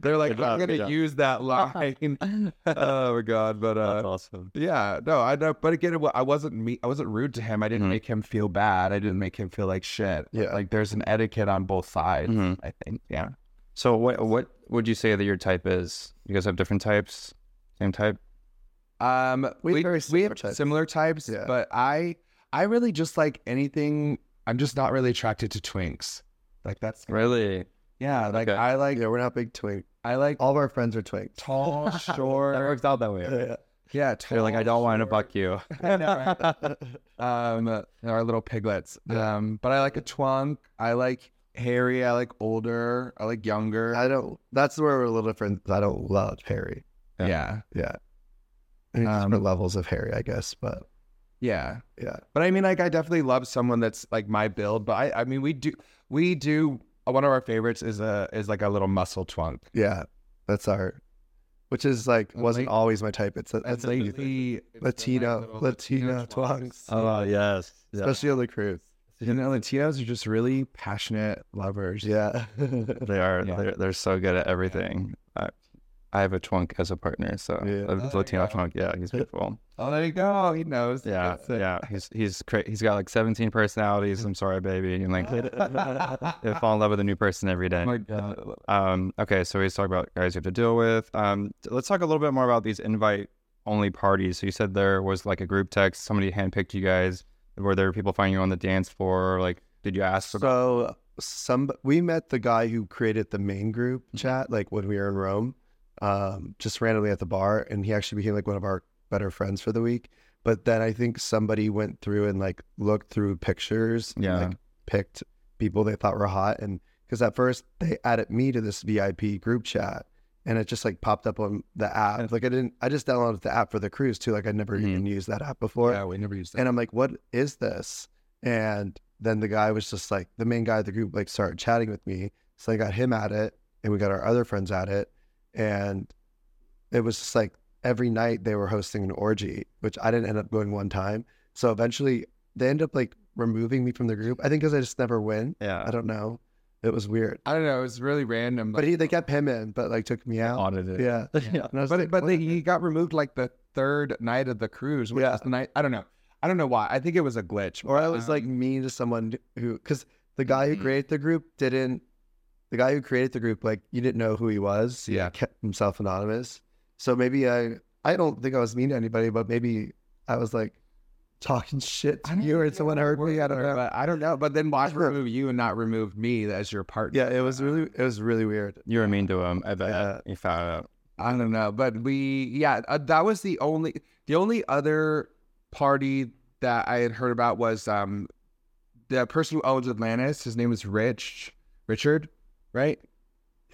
Speaker 1: They're like,
Speaker 5: Good job,
Speaker 1: I'm
Speaker 5: good
Speaker 1: gonna
Speaker 5: job."
Speaker 1: use
Speaker 5: [laughs]
Speaker 1: that line. [laughs] oh my god, but uh,
Speaker 5: That's awesome.
Speaker 1: yeah, no, I know. But again, it wa- I wasn't me. I wasn't rude to him. I didn't
Speaker 5: Mhm.
Speaker 1: make him feel bad. I didn't make him feel like shit.
Speaker 2: Yeah.
Speaker 1: like there's an etiquette on both
Speaker 4: Mm.
Speaker 1: sides.
Speaker 5: Mhm.
Speaker 1: I think. Yeah.
Speaker 4: Mm-hmm. So what what would you say that your type is? You guys have different types, same type.
Speaker 1: Um,
Speaker 2: We
Speaker 1: we we,
Speaker 2: have very similar
Speaker 1: have
Speaker 2: types.
Speaker 1: similar types,
Speaker 2: Yeah.
Speaker 1: but I I really just like anything. I'm just not really attracted to twinks. Like that's
Speaker 4: Really?
Speaker 1: yeah. Like
Speaker 4: Okay.
Speaker 1: I like
Speaker 2: yeah, we're not big twink.
Speaker 1: I like
Speaker 2: All of our friends are twinks.
Speaker 1: tall,
Speaker 4: That
Speaker 1: short.
Speaker 4: works out that way.
Speaker 2: [laughs] Yeah.
Speaker 1: Yeah, tall,
Speaker 4: You're like, I don't want to
Speaker 1: short. [laughs]
Speaker 4: buck you.
Speaker 1: I know, right? um uh, our little piglets um but i like a twunk i like hairy i like older i like younger
Speaker 2: I don't. That's where we're a little different. I don't love Harry.
Speaker 1: yeah.
Speaker 4: yeah.
Speaker 1: yeah
Speaker 2: I mean,
Speaker 1: Um,
Speaker 2: different levels of Harry, I guess. But yeah,
Speaker 1: but i mean like i definitely love someone that's like my build but i i mean we do we do uh, one of our favorites is a is like a little muscle twunk
Speaker 2: yeah, that's our, which is like
Speaker 1: And
Speaker 2: wasn't
Speaker 1: late-
Speaker 2: always my type. It's
Speaker 1: and
Speaker 2: that's a new thing.
Speaker 1: lately it's been, like,
Speaker 2: Latino-
Speaker 1: little
Speaker 2: Latino twunks.
Speaker 5: Oh yes. Yeah.
Speaker 2: especially on the cruise.
Speaker 1: you know latinos are just really passionate lovers
Speaker 2: Yeah, [laughs]
Speaker 4: They are.
Speaker 1: Yeah.
Speaker 4: They're, they're so good at everything. I, I have a twunk as a partner, so
Speaker 2: Yeah.
Speaker 4: a
Speaker 1: there you
Speaker 4: Latino
Speaker 1: go.
Speaker 4: twunk. Yeah, he's
Speaker 2: [laughs]
Speaker 4: beautiful.
Speaker 1: oh there you go he knows
Speaker 4: Yeah, yeah. He's he's cra- he's got like 17 personalities. I'm sorry, baby. And like,
Speaker 1: [laughs]
Speaker 4: they fall in love with a new person every day.
Speaker 1: oh my god
Speaker 4: Um, okay, so we just talked about guys you have to deal with. Um, t- let's talk a little bit more about these invite only parties. So you said there was like a group text, somebody handpicked you guys. Were there people finding you on the dance floor? Like, did you ask about
Speaker 2: So some we met the guy who created the main group chat like when we were in Rome, um, just randomly at the bar, and he actually became like one of our better friends for the week. But then I think somebody went through and like looked through pictures, and,
Speaker 4: Yeah.
Speaker 2: like picked people they thought were hot, and because at first they added me to this VIP group chat, and it just like popped up on the app. Like I didn't, I just downloaded the app for the cruise too. Like I never
Speaker 4: Mhm.
Speaker 2: even used that app before.
Speaker 1: yeah we never used that
Speaker 2: And I'm like, what is this? And then the guy was just like, the main guy of the group, like started chatting with me. So I got him at it and we got our other friends at it. And it was just like every night they were hosting an orgy, which I didn't end up going one time. So eventually they ended up like removing me from the group. I think because I just never win. I
Speaker 4: yeah
Speaker 2: don't know. It was weird.
Speaker 1: i don't know it was really random
Speaker 2: But he, they kept him in, but like took me out.
Speaker 4: audited?
Speaker 2: Yeah.
Speaker 4: [laughs]
Speaker 5: yeah.
Speaker 2: [laughs] And I was
Speaker 1: but
Speaker 2: like,
Speaker 1: but
Speaker 2: what
Speaker 1: they,
Speaker 2: happened?
Speaker 1: he got removed like the third night of the cruise, which
Speaker 2: Yeah.
Speaker 1: is the night. I don't know. I don't know why. I think it was a glitch.
Speaker 2: or I was like
Speaker 1: Um, mm-hmm.
Speaker 2: mean to someone who because the guy who
Speaker 4: Mhm.
Speaker 2: created the group didn't the guy who created the group like you didn't know who he was he
Speaker 1: Yeah.
Speaker 2: kept himself anonymous so maybe I I don't think I was mean to anybody but maybe I was like talking [laughs] shit
Speaker 1: I
Speaker 2: to
Speaker 1: don't
Speaker 2: you or
Speaker 1: think it
Speaker 2: someone
Speaker 1: was
Speaker 2: heard me
Speaker 1: worth
Speaker 2: I don't
Speaker 1: it,
Speaker 2: know
Speaker 1: But I don't know. But
Speaker 2: [laughs]
Speaker 1: then why remove you and not remove me as your partner?
Speaker 2: yeah it was really it was really weird
Speaker 4: You were mean to him. I bet
Speaker 2: Yeah.
Speaker 4: you found out.
Speaker 1: I don't know. But we yeah, uh, that was the only the only other party that I had heard about was um the person who owns Atlantis. His name is Rich Richard, right?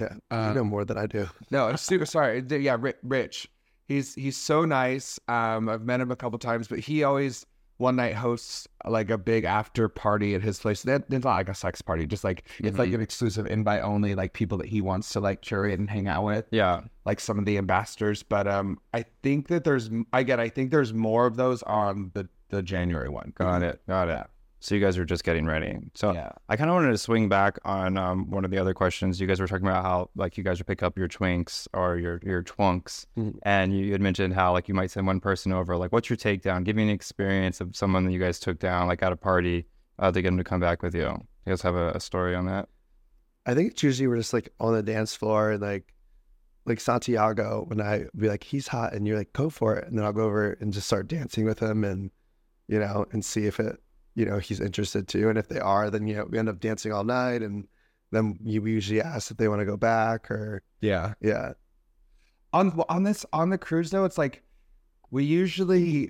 Speaker 2: Yeah.
Speaker 1: Uh,
Speaker 2: you know more than I do
Speaker 1: No, I'm super sorry. D- Yeah, Ri- Rich. He's he's so nice. Um, I've met him a couple times, but he always one night hosts uh, like a big after party at his place. That it's not like a sex party, just like it's like an exclusive invite only, like people that he wants to like curate and hang out with,
Speaker 4: Yeah,
Speaker 1: like some of the ambassadors. But um, I think that there's again, I think there's more of those on the the January one.
Speaker 4: got it, got it. So you guys were just getting ready. So
Speaker 1: Yeah.
Speaker 4: I kind of wanted to swing back on um, one of the other questions. You guys were talking about how like you guys would pick up your twinks or your your twunks,
Speaker 1: Mm-hmm.
Speaker 2: Mhm.
Speaker 4: and you had mentioned how like you might send one person over. Like, what's your takedown? Give me an experience of someone that you guys took down, like at a party, uh, to get them to come back with you. You guys have a, a story on that?
Speaker 2: I think it's usually we're just like on the dance floor and like like Santiago when I be like he's hot and you're like go for it and then I'll go over and just start dancing with him and you know and see if it you know he's interested too and if they are then you know we end up dancing all night and then you we usually ask if they want to go back or
Speaker 1: Yeah.
Speaker 2: yeah
Speaker 1: [laughs] on on this on the cruise though it's like we usually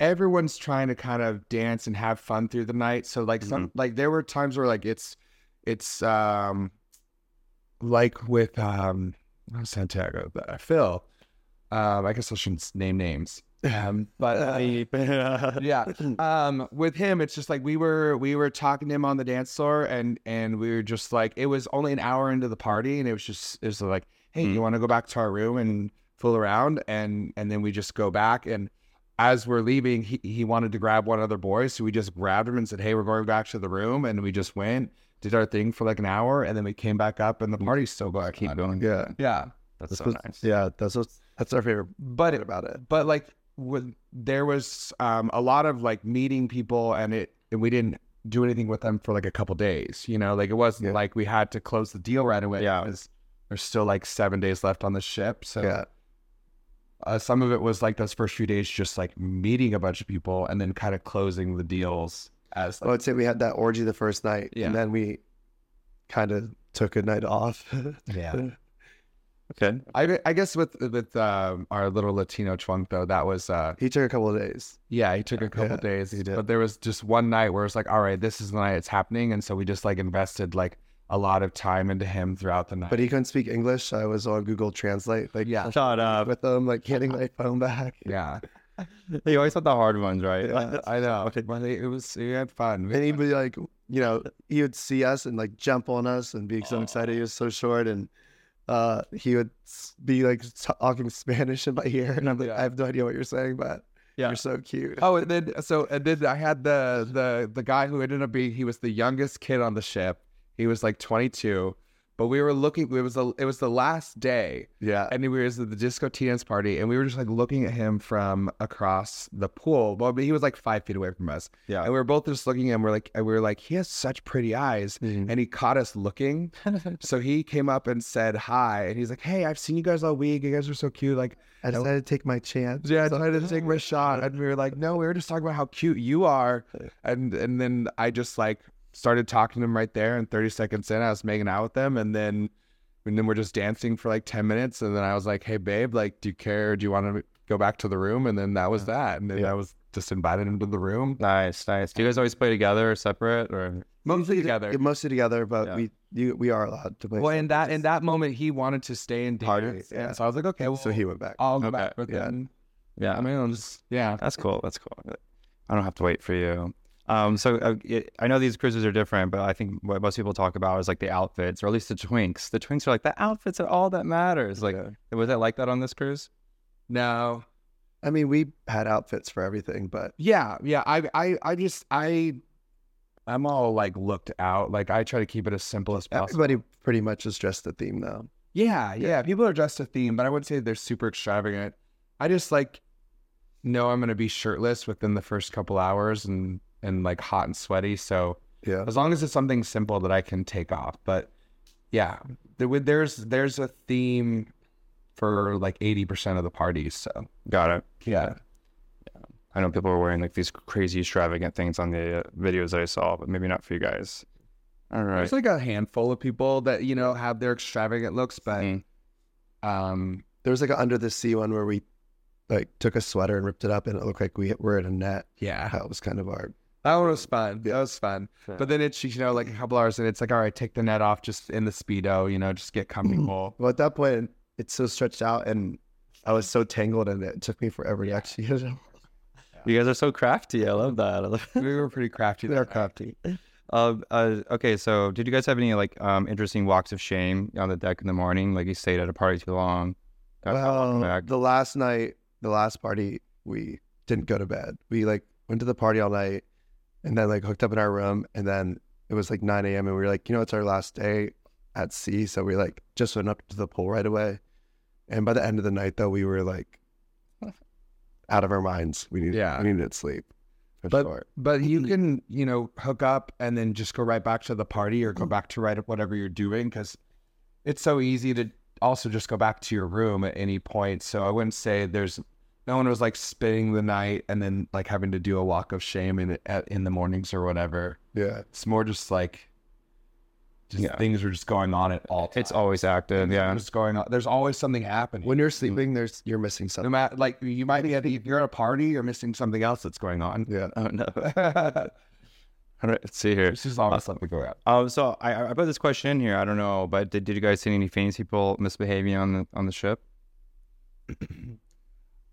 Speaker 1: everyone's trying to kind of dance and have fun through the night so like some like there were times where like it's it's um like with um not Santiago but uh, Phil um I guess I shouldn't s- name names [laughs] um but yeah um with him it's just like we were we were talking to him on the dance floor and and we were just like it was only an hour into the party and it was just it was like hey
Speaker 4: Hmm.
Speaker 1: you want to go back to our room and fool around and and then we just go back and as we're leaving, he, he wanted to grab one other boy. So we just grabbed him and said, Hey, we're going back to the room. And we just went, did our thing for like an hour. And then we came back up and the party's still going.
Speaker 4: Keep going.
Speaker 2: Yeah.
Speaker 1: Yeah.
Speaker 4: That's
Speaker 2: That's
Speaker 4: so
Speaker 2: what's-
Speaker 4: nice.
Speaker 2: Yeah, that's what's, that's our favorite
Speaker 1: But
Speaker 2: bit about it.
Speaker 1: but like when there was um, a lot of like meeting people and it and we didn't do anything with them for like a couple days you know like it wasn't
Speaker 2: Yeah.
Speaker 1: like we had to close the deal right away
Speaker 4: Yeah.
Speaker 1: It was- there's still like seven days left on the ship so
Speaker 2: Yeah,
Speaker 1: uh, some of it was like those first few days just like meeting a bunch of people and then kind of closing the deals as
Speaker 2: I
Speaker 1: like,
Speaker 2: would say we had that orgy the first night,
Speaker 1: Yeah.
Speaker 2: and then we kind of took a night off.
Speaker 1: yeah
Speaker 4: Okay.
Speaker 1: I, I guess with with um, our little Latino chunk though that was uh
Speaker 2: he took a couple of days.
Speaker 1: Yeah, he took a couple
Speaker 2: Yeah,
Speaker 1: days,
Speaker 2: he did.
Speaker 1: but there was just one night where it's like, all right, this is the night it's happening, and so we just like invested like a lot of time into him throughout the night.
Speaker 2: But he couldn't speak English. so I was on Google Translate, like
Speaker 1: yeah, [laughs]
Speaker 4: Shut up.
Speaker 2: with him, like handing my phone back.
Speaker 1: yeah,
Speaker 4: You always want the hard ones, right? [laughs]
Speaker 2: Yeah.
Speaker 1: [laughs] I know. But it, it was we had fun. We-
Speaker 2: And he'd be like, you know, he would see us and like jump on us and be so excited. He was so short, and uh, he would s- be like talking Spanish in my ear, and I'm like,
Speaker 1: Yeah.
Speaker 2: I have no idea what you're saying, but
Speaker 4: Yeah.
Speaker 2: you're so cute.
Speaker 1: oh, and then so and then I had the the the guy who ended up being he was the youngest kid on the ship. He was like 22, but we were looking. It was the it was the last day, [laughs]
Speaker 2: Yeah,
Speaker 1: and we were at the disco dance party, and we were just like looking at him from across the pool. Well, he was like five feet away from us.
Speaker 4: Yeah.
Speaker 1: and we were both just looking at him. We're like, and we were like, he has such pretty eyes,
Speaker 2: Mhm.
Speaker 1: and he caught us looking. so he came up and said hi, and he's like, hey, I've seen you guys all week. You guys are so cute. Like,
Speaker 2: I decided to take my chance.
Speaker 1: yeah, I tried to take my shot, and we were like, no, we were just talking about how cute you are, and and then I just like started talking to him right there, and thirty seconds in, I was making out with them, and then and then we're just dancing for like ten minutes, and then I was like, hey babe, like, do you care? Do you want to go back to the room? And then that was that, and then I was just invited into the room.
Speaker 4: Nice, nice. Do you guys always play together or separate or?
Speaker 1: Mostly
Speaker 2: Usually-
Speaker 1: together.
Speaker 2: Mostly together, but
Speaker 4: Yeah.
Speaker 2: we you, we are allowed to play.
Speaker 1: Well, in that in that moment, he wanted to stay and
Speaker 2: Party,
Speaker 1: dance,
Speaker 2: yeah.
Speaker 1: and uh, so I was like, okay, well,
Speaker 2: so he went back.
Speaker 1: I'll go
Speaker 4: Okay,
Speaker 1: back with
Speaker 2: yeah.
Speaker 1: him.
Speaker 4: Yeah.
Speaker 1: I mean, I'll just yeah.
Speaker 4: That's cool. That's cool. I don't have to wait for you. Um, so uh, it, I know these cruises are different, but I think what most people talk about is like the outfits, or at least the twinks. The twinks are like the outfits are all that matters. Like,
Speaker 2: Yeah.
Speaker 4: was it like that on this cruise?
Speaker 1: No,
Speaker 2: I mean, we had outfits for everything, but
Speaker 1: Yeah, yeah. I I I just I I'm all like looked out. Like I try to keep it as simple as possible.
Speaker 2: everybody pretty much is dressed the theme though.
Speaker 1: yeah, yeah. People are dressed to theme, but I wouldn't say they're super extravagant. I just like know I'm gonna be shirtless within the first couple hours and and like hot and sweaty. So
Speaker 2: Yeah.
Speaker 1: as long as it's something simple that I can take off. But yeah, there, would- there's there's a theme for like eighty percent of the parties. So
Speaker 4: Got it.
Speaker 1: yeah,
Speaker 4: I know people were wearing like these crazy extravagant things on the uh, videos that I saw, but maybe not for you guys. All right.
Speaker 1: There's like a handful of people that you know have their extravagant looks, but
Speaker 4: Mm.
Speaker 1: um,
Speaker 2: There was like an under the sea one where we like took a sweater and ripped it up, and it looked like we were in a net.
Speaker 1: yeah,
Speaker 2: That was kind of our
Speaker 1: that one was fun. That was fun.
Speaker 4: Yeah.
Speaker 1: But then it's you know like a couple hours and it's like all right, take the net off, just in the speedo, you know, just get comfortable.
Speaker 2: Well, at that point, it's so stretched out, and I was so tangled in it. It took me forever to actually get it.
Speaker 4: [laughs]
Speaker 2: [laughs]
Speaker 4: You guys are so crafty. I love that. I love
Speaker 1: we were pretty crafty.
Speaker 2: They're
Speaker 1: that night.
Speaker 2: crafty.
Speaker 4: [laughs] Um, uh, okay, so did you guys have any like um, interesting walks of shame on the deck in the morning? Like you stayed at a party too long. Got
Speaker 2: Well,
Speaker 4: back.
Speaker 2: the last night, the last party, we didn't go to bed. We like went to the party all night, and then like hooked up in our room, and then it was like 9 a.m. and we were like, you know, it's our last day at sea, so we like just went up to the pool right away. And by the end of the night, though, we were like out of our minds. We needed,
Speaker 1: Yeah.
Speaker 2: we needed sleep. For
Speaker 1: But-
Speaker 2: sure.
Speaker 1: But you can you know hook up and then just go right back to the party or go back to right whatever you're doing because it's so easy to also just go back to your room at any point. So I wouldn't say there's no one was like spending the night and then like having to do a walk of shame in at, in the mornings or whatever.
Speaker 2: yeah.
Speaker 1: It's more just like just
Speaker 4: Yeah.
Speaker 1: things are just going on at all. Times.
Speaker 4: It's always active.
Speaker 1: Things are
Speaker 4: Yeah.
Speaker 1: just going on. There's always something happening.
Speaker 2: When you're sleeping, there's you're missing
Speaker 1: no
Speaker 2: something.
Speaker 1: matter like you might be at if you're at a party, you're missing something else that's going on.
Speaker 2: Yeah.
Speaker 4: Oh no. All
Speaker 1: [laughs] it's
Speaker 4: right, let's see here.
Speaker 1: just always something going on.
Speaker 4: Um, so I- I, I put this question in here. I don't know, but did, did you guys see any famous people misbehaving on the on the ship?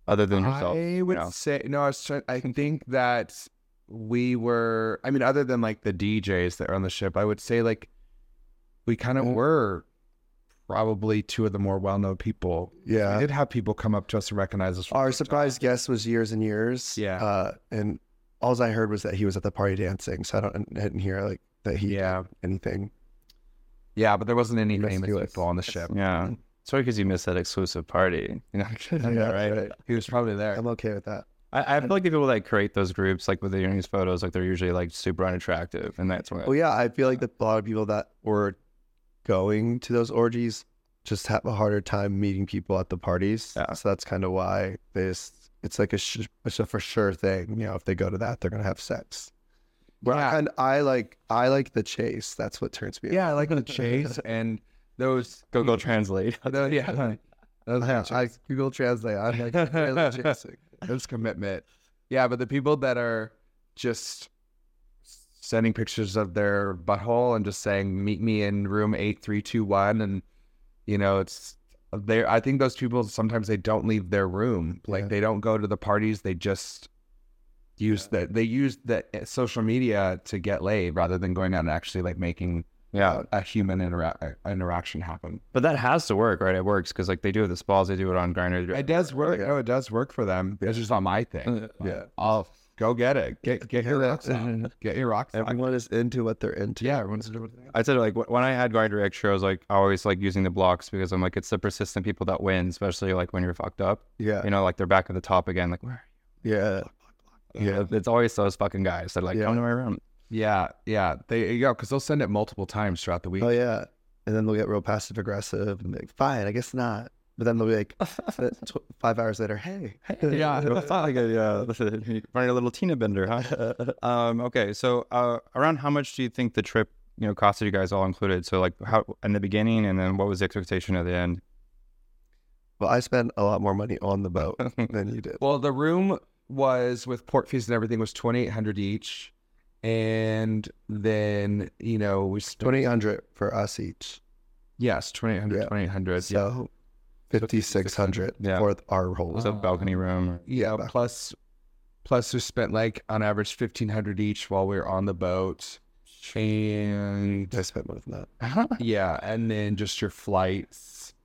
Speaker 4: Other than yourself.
Speaker 1: I would
Speaker 4: know?
Speaker 1: say no. I was trying, I think that we were. I mean, other than like the DJs that are on the ship, I would say like we kind of
Speaker 2: Mhm.
Speaker 1: were probably two of the more well-known people. I
Speaker 2: Yeah.
Speaker 1: did have people come up to us and recognize us. from
Speaker 2: Our
Speaker 1: TikTok.
Speaker 2: surprise guest was years and years.
Speaker 1: Yeah.
Speaker 2: Uh, and all I heard was that he was at the party dancing. So I don't I didn't hear like that he
Speaker 1: Yeah.
Speaker 2: did anything.
Speaker 1: Yeah, but there wasn't any
Speaker 2: Let's
Speaker 1: famous
Speaker 2: do it.
Speaker 1: people on the ship.
Speaker 4: Yeah. Sorry, because you missed that exclusive party. [laughs] You know,
Speaker 2: Yeah,
Speaker 1: right.
Speaker 2: that's right.
Speaker 1: He was probably
Speaker 2: [laughs]
Speaker 1: there.
Speaker 2: I'm okay with that.
Speaker 4: I, I feel like the people that create those groups, like with the news photos, like they're usually like super unattractive, and that's what.
Speaker 2: Well, Oh, yeah, I feel like that a lot of people that were going to those orgies just have a harder time meeting people at the parties.
Speaker 4: Yeah.
Speaker 2: So that's kind of why they just, it's like a, sh- it's a for sure thing. You know, if they go to that, they're going to have sex. Where
Speaker 1: Yeah.
Speaker 2: I, kind I like, I like the chase. That's what turns me. on.
Speaker 1: Yeah, I like the
Speaker 2: [laughs]
Speaker 1: chase and those.
Speaker 4: Google Translate. [laughs]
Speaker 1: those [laughs] yeah, those
Speaker 2: I Google Translate. I'm like, I like chasing.
Speaker 1: It's commitment. Yeah, but the people that are just sending pictures of their butthole and just saying, "Meet me in room eight three two one," and you know, it's they. I think those people sometimes they don't leave their room. Like
Speaker 2: Yeah.
Speaker 1: they don't go to the parties. They just use the they use the eh, social media to get laid rather than going out and actually like making
Speaker 4: yeah,
Speaker 1: a, a human intera- eh, interaction happen.
Speaker 4: but that has to work, right? It works because like they do it with spas, they do it on Grinder.
Speaker 1: It does work. Oh, it does work for them. It's just not my thing.
Speaker 2: Uh, Yeah.
Speaker 1: I'll go get it. Uh,
Speaker 2: [laughs]
Speaker 1: Get get your
Speaker 2: Yeah.
Speaker 1: rocks on. Get your rocks on.
Speaker 2: Everyone is into what they're into.
Speaker 1: Yeah, everyone's doing it.
Speaker 4: I said like wh- when I had Grinder extra, I was like always like using the blocks because I'm like it's the persistent people that win, especially like when you're fucked up.
Speaker 2: Yeah.
Speaker 4: You know, like they're back at the top again. Like where?
Speaker 2: Yeah.
Speaker 4: Yeah, it's always those fucking guys that are like
Speaker 2: Yeah.
Speaker 4: come to my [laughs] room.
Speaker 1: Yeah, yeah. They yeah, because they'll send it multiple times throughout the week.
Speaker 2: Oh yeah, and then they'll get real passive aggressive and be like, "Fine, I guess not." But then they'll be like, uh, tw- five hours later, "Hey, [laughs]
Speaker 4: yeah, it's not like a [laughs] yeah, running a little Tina Bender, [laughs] huh? um, okay, so uh, around how much do you think the trip, you know, costed you guys all included? So like how in the beginning, and then what was the expectation at the end? [laughs]
Speaker 2: well, I spent a lot more money on the
Speaker 4: [laughs]
Speaker 2: boat than you did."
Speaker 1: Well, the room was with port fees and everything was twenty eight hundred each, and then you know we spent-
Speaker 2: Twenty eight hundred for us each,
Speaker 1: yes twenty eight hundred
Speaker 2: Yeah.
Speaker 1: twenty eight hundred
Speaker 2: so fifty six hundred
Speaker 4: Yeah.
Speaker 2: for th- our whole.
Speaker 4: Was it a balcony room? Or...
Speaker 1: yeah,
Speaker 2: but-
Speaker 1: plus plus we spent like on average fifteen hundred each while we were on the boat, and
Speaker 2: I spent more than that.
Speaker 1: yeah and then just your flights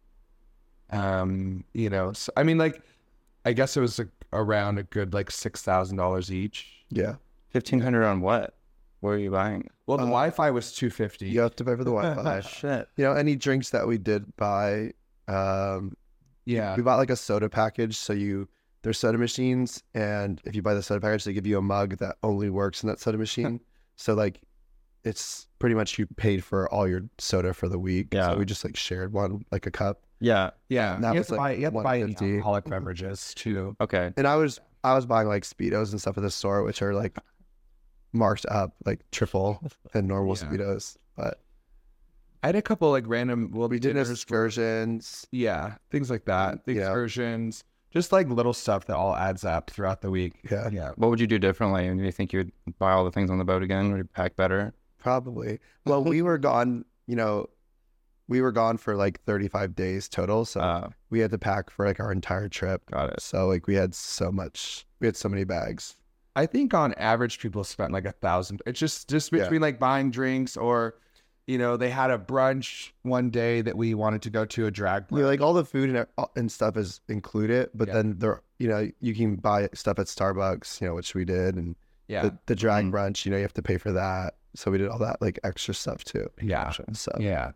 Speaker 1: um you know so, i mean like i guess it was a, around a good like six thousand dollars each
Speaker 2: Yeah,
Speaker 4: [laughs] Fifteen hundred on what? What are you [laughs] buying? Oh,
Speaker 1: well the
Speaker 2: Uh,
Speaker 1: wi-fi was 250
Speaker 2: you have to pay for the Wi-Fi.
Speaker 4: shit.
Speaker 2: you know, any drinks that we did buy, um, [laughs]
Speaker 1: yeah
Speaker 2: we bought like a soda package. So you there's soda machines, and if you buy the soda package, they give you a mug that only works in that soda machine. so like, it's pretty much you paid for all your soda for the week.
Speaker 4: Yeah.
Speaker 2: So we just like shared one like a cup,
Speaker 4: Yeah.
Speaker 1: yeah
Speaker 2: that
Speaker 1: you have
Speaker 2: was,
Speaker 1: to
Speaker 2: like,
Speaker 1: buy, you have to buy any
Speaker 2: 150. [laughs]
Speaker 1: alcoholic beverages too
Speaker 4: Okay.
Speaker 2: and I was I was buying like speedos and stuff at the store, which are like marked up like triple than normal
Speaker 1: Yeah.
Speaker 2: speedos. But
Speaker 1: i had a couple like random well
Speaker 2: we did
Speaker 1: dinners were-
Speaker 2: excursions.
Speaker 1: yeah things like that the
Speaker 2: Yeah.
Speaker 1: excursions just like little stuff that all adds up throughout the week
Speaker 2: Yeah.
Speaker 1: yeah
Speaker 4: What would you do differently? And do you think you would buy all the things on the boat again? Would you pack better?
Speaker 2: Probably. Well, we were gone, you know, we were gone for like 35 days total. So
Speaker 4: Uh,
Speaker 2: we had to pack for like our entire trip.
Speaker 4: got it.
Speaker 2: So like we had so much, we had so many bags.
Speaker 1: I think on average people spent like a thousand. It's just just
Speaker 2: Yeah.
Speaker 1: between like buying drinks or, you know, they had a brunch one day that we wanted to go to a drag.
Speaker 2: You know,
Speaker 1: brunch.
Speaker 2: like all the food and uh, and stuff is included, but
Speaker 1: Yeah.
Speaker 2: then there, you know, you can buy stuff at Starbucks, you know, which we did, and
Speaker 1: yeah, Mm-hmm.
Speaker 2: the, the drag
Speaker 4: Mhm.
Speaker 2: brunch, you know, you have to pay for that. So we did all that like extra stuff too.
Speaker 1: yeah,
Speaker 2: So
Speaker 1: yeah.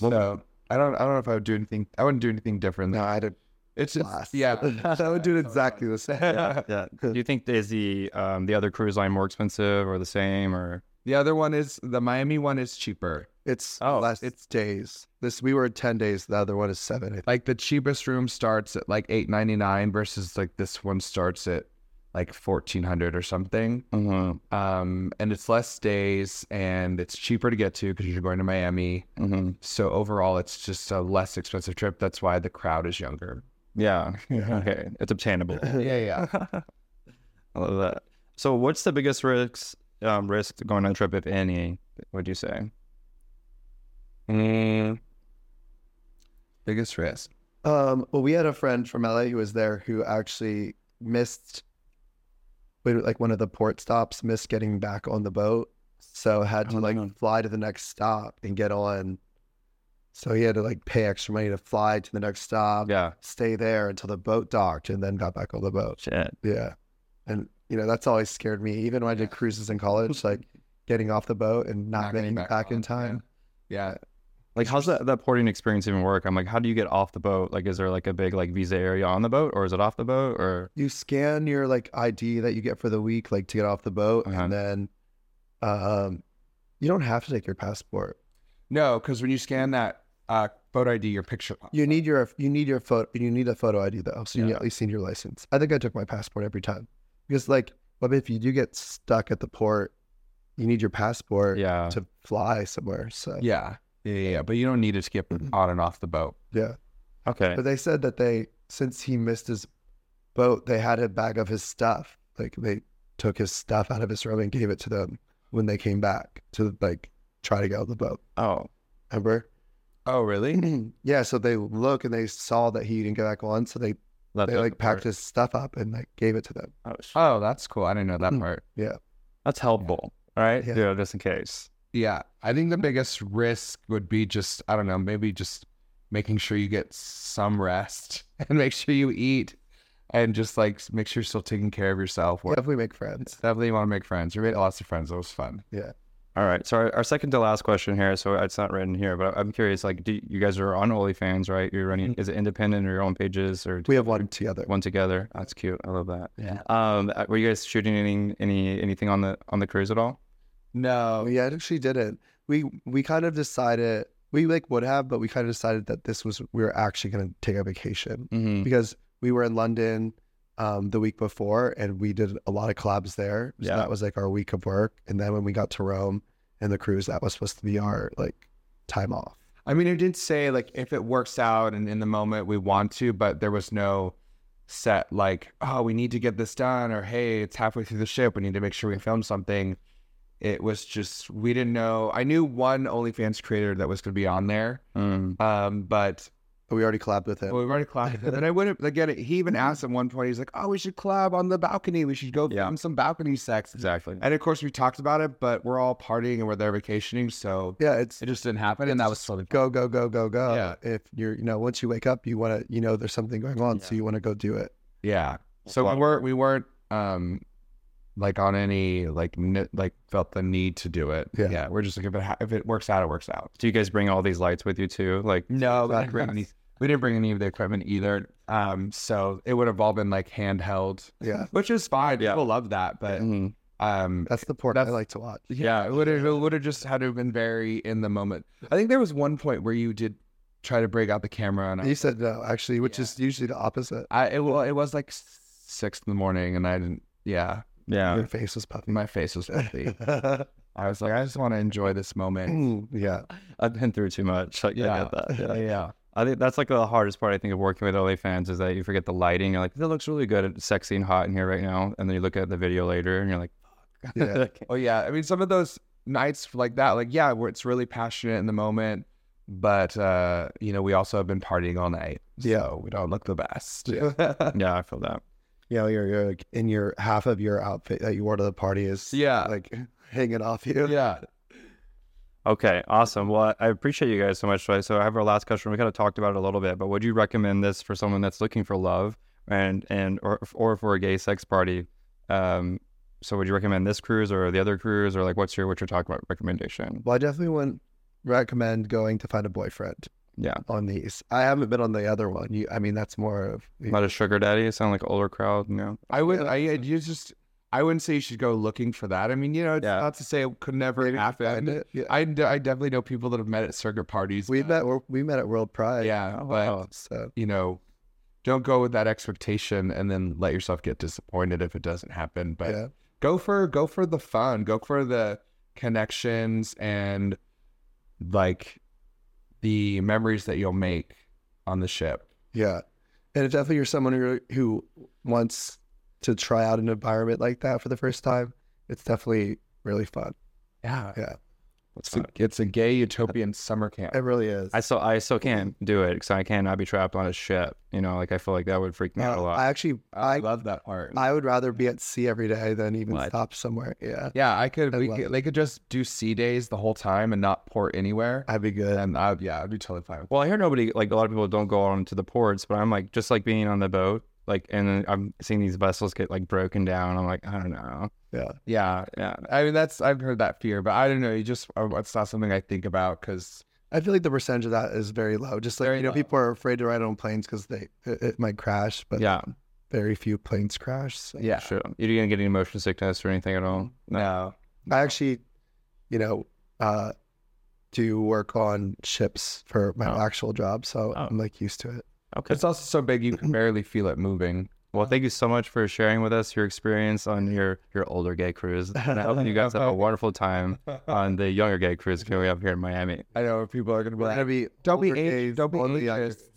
Speaker 4: Well-
Speaker 1: So I don't I don't know if I would do anything. I wouldn't do anything different.
Speaker 2: no, I did
Speaker 1: It's just
Speaker 2: blast.
Speaker 1: yeah.
Speaker 2: [laughs]
Speaker 1: [laughs]
Speaker 2: I would do it exactly the same. [laughs]
Speaker 1: Yeah.
Speaker 4: [laughs] Yeah. Do you think is the um, the other cruise line more expensive or the same or?
Speaker 1: The other one is the Miami one is cheaper.
Speaker 2: It's
Speaker 4: Oh,
Speaker 2: less. It's days. This we were at ten days. The other one is seven. I think.
Speaker 1: Like the cheapest room starts at like eight ninety nine versus like this one starts at like fourteen hundred or something.
Speaker 4: Mhm,
Speaker 1: Um, and it's less days and it's cheaper to get to because you're going to Miami.
Speaker 4: mhm.
Speaker 1: So overall, it's just a less expensive trip. That's why the crowd is
Speaker 2: [laughs]
Speaker 1: younger.
Speaker 4: [laughs] Yeah. Okay. It's [laughs] obtainable.
Speaker 1: Yeah, yeah.
Speaker 4: I love that. So, what's the biggest risks um, risk to going on a trip, if any? Would you say?
Speaker 1: [laughs]
Speaker 4: Mm.
Speaker 1: Biggest risk.
Speaker 2: Um, well, we had a friend from LA who was there who actually missed, wait, like one of the port stops, missed getting back on the boat, so had to
Speaker 4: Oh,
Speaker 2: like
Speaker 4: no.
Speaker 2: fly to the next stop and get on. So he had to like pay extra money to fly to the next stop,
Speaker 4: Yeah.
Speaker 2: stay there until the boat docked, and then got back on the boat.
Speaker 4: Shit.
Speaker 2: Yeah. And, you know, that's always scared me. Even when I did cruises in college, like getting off the boat and not, getting back, in
Speaker 1: on,
Speaker 2: time.
Speaker 1: Yeah. yeah.
Speaker 4: Like, how's that, that porting experience even work? I'm like, how do you get off the boat? Like, is there like a big like visa area on the boat or is it off the boat or?
Speaker 2: You scan your like ID that you get for the week, like to get off the boat.
Speaker 4: Uh-huh.
Speaker 2: And then um, you don't have to take your passport.
Speaker 1: No, because when you scan that uh, photo ID, your picture. pops
Speaker 2: Mm-hmm. You
Speaker 1: up.
Speaker 2: need your you need your photo you need a photo ID though, so you
Speaker 4: Yeah.
Speaker 2: at least need your license. I think I took my passport every time because like, what if you do get stuck at the port? You need your passport
Speaker 4: Yeah.
Speaker 2: to fly somewhere. So
Speaker 1: Yeah. Yeah, yeah, yeah. But you don't need to skip
Speaker 2: Mm-hmm.
Speaker 1: on and off the boat.
Speaker 2: yeah.
Speaker 4: Okay.
Speaker 2: But they said that they, since he missed his boat, they had a bag of his stuff. Like they took his stuff out of his room and gave it to them when they came back to like try to get on the boat.
Speaker 4: Oh,
Speaker 2: Remember? [clears throat]
Speaker 1: Oh, really?
Speaker 2: yeah. So they look and they saw that he didn't get back on. So they,
Speaker 4: that's
Speaker 2: they like packed his stuff up and like gave it to them.
Speaker 4: Oh, sh-
Speaker 1: Oh, that's cool. I didn't know that
Speaker 2: Mm.
Speaker 1: part.
Speaker 4: that's helpful. All right.
Speaker 2: Yeah.
Speaker 4: Yeah. Just in case.
Speaker 1: Yeah. I think the biggest risk would be just, I don't know, maybe just making sure you get some rest [laughs] and make sure you eat and just like make sure you're still taking care of yourself.
Speaker 2: What if we make friends?
Speaker 1: Definitely want to make friends. We made lots of friends. It was fun.
Speaker 4: All right. So our, our second to last question here. So it's not written here, but I'm curious. Like, do you, you guys are on OnlyFans, right? You're running. Is it independent or your own pages or
Speaker 2: Mm-hmm. We have one together.
Speaker 4: one together? That's cute. I love that.
Speaker 2: Yeah.
Speaker 4: Um, uh, were you guys shooting any any anything on the on the cruise at all?
Speaker 2: Oh
Speaker 1: No.
Speaker 2: yeah, it actually didn't. We we kind of decided we like would have, but we kind of decided that this was we were actually going to take a vacation.
Speaker 1: Mm.
Speaker 4: Mm-hmm.
Speaker 2: because we were in London um, the week before and we did a lot of collabs there. So
Speaker 4: Yeah.
Speaker 2: that was like our week of work. And then when we got to Rome and the cruise, that was supposed to be our like time off.
Speaker 1: I mean, it did say like if it works out and in the moment we want to, but there was no set like, oh, we need to get this done or hey, it's halfway through the ship. We need to make sure we film something. It was just, we didn't know. I knew one OnlyFans creator that was going to be on there,
Speaker 4: Mm.
Speaker 1: um, but
Speaker 2: But we already collabed with him.
Speaker 1: well, we've already
Speaker 4: [laughs]
Speaker 1: collabed. with him. and I wouldn't like, get it. He even asked at one point, he's like, oh, we should collab on the balcony. We should go
Speaker 4: Yeah.
Speaker 1: film some balcony sex.
Speaker 4: Exactly.
Speaker 1: And of course, we talked about it, but we're all partying and we're there vacationing. So
Speaker 2: yeah, it's
Speaker 1: it just didn't happen. And that was totally
Speaker 2: go, go, go, go, go.
Speaker 1: Yeah.
Speaker 2: If you're, you know, once you wake up, you want to, you know, there's something going on. So
Speaker 4: Yeah.
Speaker 2: you want to go do it.
Speaker 1: Yeah. So
Speaker 4: Well-
Speaker 1: we weren't we weren't um like on any like n- like felt the need to do it.
Speaker 2: Yeah.
Speaker 1: We're just like if it ha- if it works out, it works out.
Speaker 4: Do you guys bring all these lights with you too? Like,
Speaker 1: No, we
Speaker 2: Exactly.
Speaker 1: didn't bring any. We didn't bring any of the equipment either. Um, so it would have all been like handheld,
Speaker 2: Yeah.
Speaker 1: which is fine.
Speaker 4: Yeah.
Speaker 1: People love that, but
Speaker 4: Mhm.
Speaker 1: um,
Speaker 2: That's the port I
Speaker 1: That's-
Speaker 2: like to watch.
Speaker 1: yeah, it would have it would have just had to have been very in the moment. I think there was one point where you did try to break out the camera, and I,
Speaker 2: You said no, actually, which
Speaker 1: Yeah.
Speaker 2: is usually the opposite.
Speaker 1: I it, wa- it was like six in the morning, and I didn't. Yeah,
Speaker 4: yeah.
Speaker 2: Your face was puffy.
Speaker 1: Uh, my face was puffy.
Speaker 2: [laughs] yeah.
Speaker 1: I was like, I just want to enjoy this
Speaker 2: [clears throat]
Speaker 1: moment. [laughs]
Speaker 4: I've been through too much. Like, I
Speaker 1: Yeah.
Speaker 4: get
Speaker 2: [laughs]
Speaker 4: that.
Speaker 1: Yeah,
Speaker 4: Yeah.
Speaker 1: yeah.
Speaker 4: I think that's like the hardest part. I think of working with LA fans is that you forget the lighting. You're like, that looks really good, and sexy and hot in here right now. And then you look at the video later, and you're like, fuck.
Speaker 2: Yeah.
Speaker 1: Oh yeah. I mean, some of those nights like that, like yeah, where it's really passionate in the moment, but uh, you know, we also have been partying all night,
Speaker 2: Yeah.
Speaker 1: so we don't look the best.
Speaker 2: [laughs]
Speaker 4: yeah, I feel that.
Speaker 2: you know, you're, you're like in your half of your outfit that you wore to the party is
Speaker 1: yeah,
Speaker 2: like [laughs] hanging off you.
Speaker 1: yeah.
Speaker 4: Okay, awesome. Well, I appreciate you guys so much. So I have our last question. We kind of talked about it a little bit, but would you recommend this for someone that's looking for love and and or or for a gay sex party? Um, so would you recommend this cruise or the other cruise or like what's your what's your talk about recommendation?
Speaker 2: Well, I definitely wouldn't recommend going to find a boyfriend
Speaker 4: Yeah,
Speaker 2: on these. I haven't been on the other one. You, I mean, that's more of [laughs]
Speaker 4: not a sugar daddy. Sound like older crowd. No.
Speaker 1: I would. I I'd- you just. I wouldn't say you should go looking for that. I mean, you know, it's
Speaker 4: Yeah.
Speaker 1: not to say it could never
Speaker 2: Maybe find
Speaker 1: happen.
Speaker 2: it.
Speaker 4: [laughs]
Speaker 2: Yeah.
Speaker 1: I, d- I definitely know people that have met at circuit parties.
Speaker 2: we
Speaker 1: but-
Speaker 2: met we met at World Pride.
Speaker 1: yeah,
Speaker 4: Oh,
Speaker 1: but
Speaker 4: wow.
Speaker 2: So
Speaker 1: you know, don't go with that expectation and then let yourself get disappointed if it doesn't happen. But
Speaker 2: yeah,
Speaker 1: go for go for the fun go for the connections and like the memories that you'll make on the ship
Speaker 2: yeah, and if definitely you're someone who who wants to try out an environment like that for the first time, it's definitely really fun.
Speaker 1: yeah
Speaker 2: Yeah.
Speaker 1: It's
Speaker 4: What's
Speaker 1: a, it's a gay utopian summer camp.
Speaker 2: It really is.
Speaker 4: I still I still can't do it because I cannot be trapped on a ship. You know, like I feel like that would freak me out a
Speaker 2: No,
Speaker 4: lot.
Speaker 2: Uh,
Speaker 4: Uh,
Speaker 2: I actually,
Speaker 1: I,
Speaker 2: I,
Speaker 1: love that part.
Speaker 2: I would rather be at sea every day than even
Speaker 4: What?
Speaker 2: stop somewhere. Yeah,
Speaker 1: yeah, I could.
Speaker 2: I
Speaker 1: we
Speaker 2: love
Speaker 1: could
Speaker 2: it.
Speaker 1: they could just do sea days the whole time and not port anywhere.
Speaker 2: I'd be good.
Speaker 1: and I, yeah, I'd be totally fine with.
Speaker 4: well, I hear nobody like a lot of people don't go on to the ports, but I'm like just like being on the boat, like and then I'm seeing these vessels get like broken down. I'm like, I don't know.
Speaker 1: Yeah,
Speaker 4: Yeah.
Speaker 1: I mean that's I've heard that fear, but I don't know. You just uh, it's not something I think about because
Speaker 2: I feel like the percentage of that is very low. Just like
Speaker 1: Very
Speaker 2: you know,
Speaker 1: low.
Speaker 2: people are afraid to ride on planes because they it, it might crash, but
Speaker 4: yeah.
Speaker 2: very few planes crash. So.
Speaker 1: yeah,
Speaker 4: Sure. You're gonna get any motion sickness or anything at all?
Speaker 1: no,
Speaker 2: I actually, you know, uh, do work on ships for my
Speaker 4: Oh.
Speaker 2: actual job, so
Speaker 4: Oh.
Speaker 2: I'm like used to it.
Speaker 4: Okay.
Speaker 1: it's also so big you can barely feel it
Speaker 2: [laughs]
Speaker 1: moving.
Speaker 4: Well, thank you so much for sharing with us your experience on your your older gay cruise. And I hope you guys have a wonderful time on the younger gay cruise coming up here in Miami.
Speaker 1: I know people are gonna be
Speaker 2: We're
Speaker 1: like,
Speaker 2: gonna be
Speaker 1: don't be
Speaker 2: older
Speaker 1: age,
Speaker 2: gays,
Speaker 1: don't be
Speaker 2: only
Speaker 1: ageist.
Speaker 2: young-